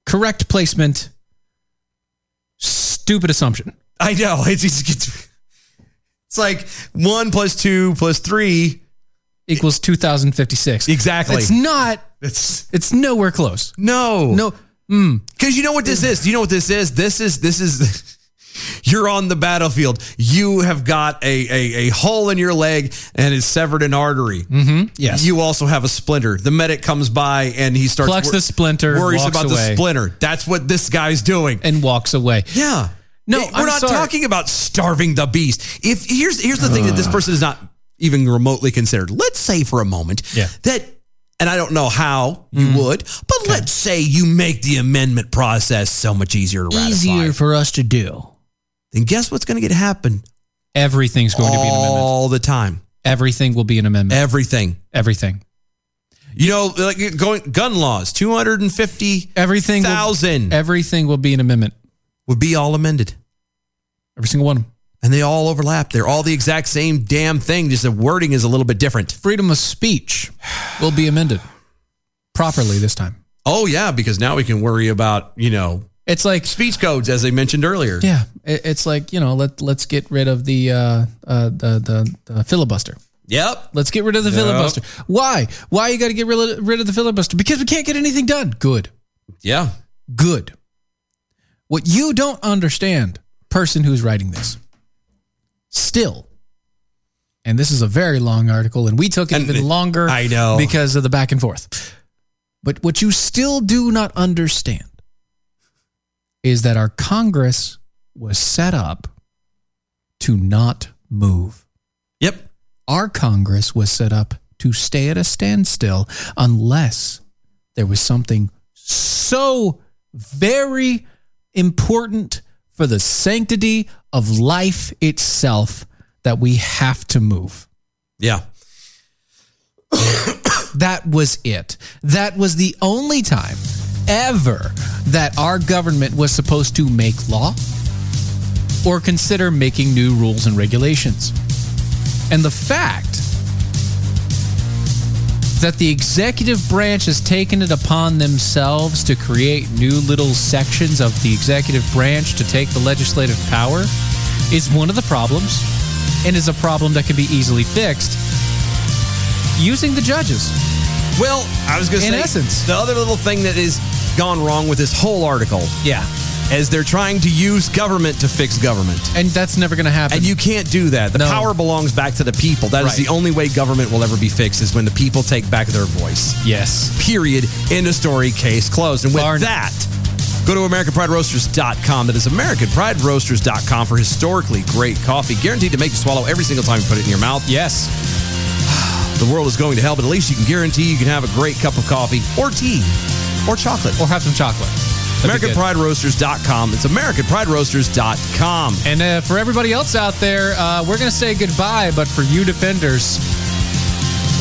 [SPEAKER 3] correct placement. Stupid assumption.
[SPEAKER 2] I know. It's it's, it's, it's like one plus two plus three
[SPEAKER 3] equals two thousand fifty six.
[SPEAKER 2] Exactly.
[SPEAKER 3] It's not.
[SPEAKER 2] It's
[SPEAKER 3] it's nowhere close.
[SPEAKER 2] No.
[SPEAKER 3] No.
[SPEAKER 2] Because you know what this is. You know what this is. This is this is. You're on the battlefield. You have got a a, a hole in your leg and it's severed an artery.
[SPEAKER 3] Mm-hmm. Yes.
[SPEAKER 2] You also have a splinter. The medic comes by and he starts
[SPEAKER 3] Plucks
[SPEAKER 2] wor-
[SPEAKER 3] the splinter,
[SPEAKER 2] worries
[SPEAKER 3] walks
[SPEAKER 2] about
[SPEAKER 3] away.
[SPEAKER 2] the splinter. That's what this guy's doing,
[SPEAKER 3] and walks away.
[SPEAKER 2] Yeah.
[SPEAKER 3] No,
[SPEAKER 2] we're
[SPEAKER 3] I'm
[SPEAKER 2] not
[SPEAKER 3] sorry.
[SPEAKER 2] talking about starving the beast. If here's here's the thing that this
[SPEAKER 3] Ugh.
[SPEAKER 2] person is not even remotely considered. Let's say for a moment
[SPEAKER 3] Yeah. Mm-hmm.
[SPEAKER 2] that, and I don't know how you would, but let's say you make the amendment process so much easier to ratify.
[SPEAKER 3] Easier for us to do.
[SPEAKER 2] Then guess what's going to get happen?
[SPEAKER 3] Everything's going to be an amendment
[SPEAKER 2] all the time.
[SPEAKER 3] Everything will be an amendment.
[SPEAKER 2] Everything.
[SPEAKER 3] Everything.
[SPEAKER 2] You know, like going gun laws, two hundred and fifty
[SPEAKER 3] everything
[SPEAKER 2] thousand
[SPEAKER 3] Everything will be an amendment.
[SPEAKER 2] would be all amended.
[SPEAKER 3] Every single one.
[SPEAKER 2] And they all overlap. They're all the exact same damn thing. Just the wording is a little bit different.
[SPEAKER 3] Freedom of speech will be amended properly this time.
[SPEAKER 2] Oh yeah, because now we can worry about you know
[SPEAKER 3] it's like
[SPEAKER 2] speech codes as I mentioned earlier.
[SPEAKER 3] Yeah, it, it's like you know let let's get rid of the uh, uh the, the the filibuster.
[SPEAKER 2] Yep.
[SPEAKER 3] Let's get rid of the
[SPEAKER 2] Yep.
[SPEAKER 3] filibuster. Why? Why you got to get rid of, rid of the filibuster? Because we can't get anything done. Good.
[SPEAKER 2] Yeah.
[SPEAKER 3] Good. What you don't understand, person who's writing this, still and this is a very long article, and we took it even longer
[SPEAKER 2] I know.
[SPEAKER 3] because of the back and forth. But what you still do not understand is that our Congress was set up to not move.
[SPEAKER 2] Yep.
[SPEAKER 3] Our Congress was set up to stay at a standstill unless there was something so very important for the sanctity of life itself that we have to move.
[SPEAKER 2] Yeah.
[SPEAKER 3] That was it. That was the only time ever that our government was supposed to make law or consider making new rules and regulations. And the fact that the executive branch has taken it upon themselves to create new little sections of the executive branch to take the legislative power is one of the problems and is a problem that can be easily fixed using the judges.
[SPEAKER 2] Well, I was going to
[SPEAKER 3] In
[SPEAKER 2] say,
[SPEAKER 3] essence.
[SPEAKER 2] the other little thing that is gone wrong with this whole article,
[SPEAKER 3] yeah,
[SPEAKER 2] is they're trying to use government to fix government,
[SPEAKER 3] and that's never going to happen.
[SPEAKER 2] and you can't do that. The
[SPEAKER 3] No.
[SPEAKER 2] power belongs back to the people. That is
[SPEAKER 3] Right.
[SPEAKER 2] the only way government will ever be fixed is when the people take back their voice.
[SPEAKER 3] Yes.
[SPEAKER 2] Period. End of story. Case closed. And with that, go to AmericanPrideRoasters.com. That is AmericanPrideRoasters.com for historically great coffee, guaranteed to make you swallow every single time you put it in your mouth.
[SPEAKER 3] Yes.
[SPEAKER 2] The world is going to hell, but at least you can guarantee you can have a great cup of coffee or tea or chocolate.
[SPEAKER 3] Or have some chocolate. That'd be good.
[SPEAKER 2] AmericanPrideRoasters.com. It's AmericanPrideRoasters.com.
[SPEAKER 3] And uh, for everybody else out there, uh, we're going to say goodbye, but for you defenders,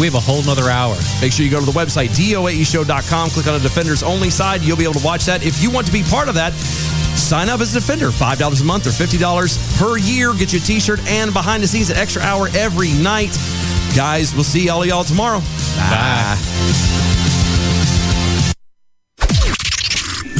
[SPEAKER 3] we have a whole nother hour.
[SPEAKER 2] Make sure you go to the website, doaeshow.com. Click on the Defenders Only side. You'll be able to watch that. If you want to be part of that, sign up as a Defender. $5 a month or $50 per year. Get you a t-shirt and behind the scenes an extra hour every night. Guys, we'll see all of y'all tomorrow. Bye.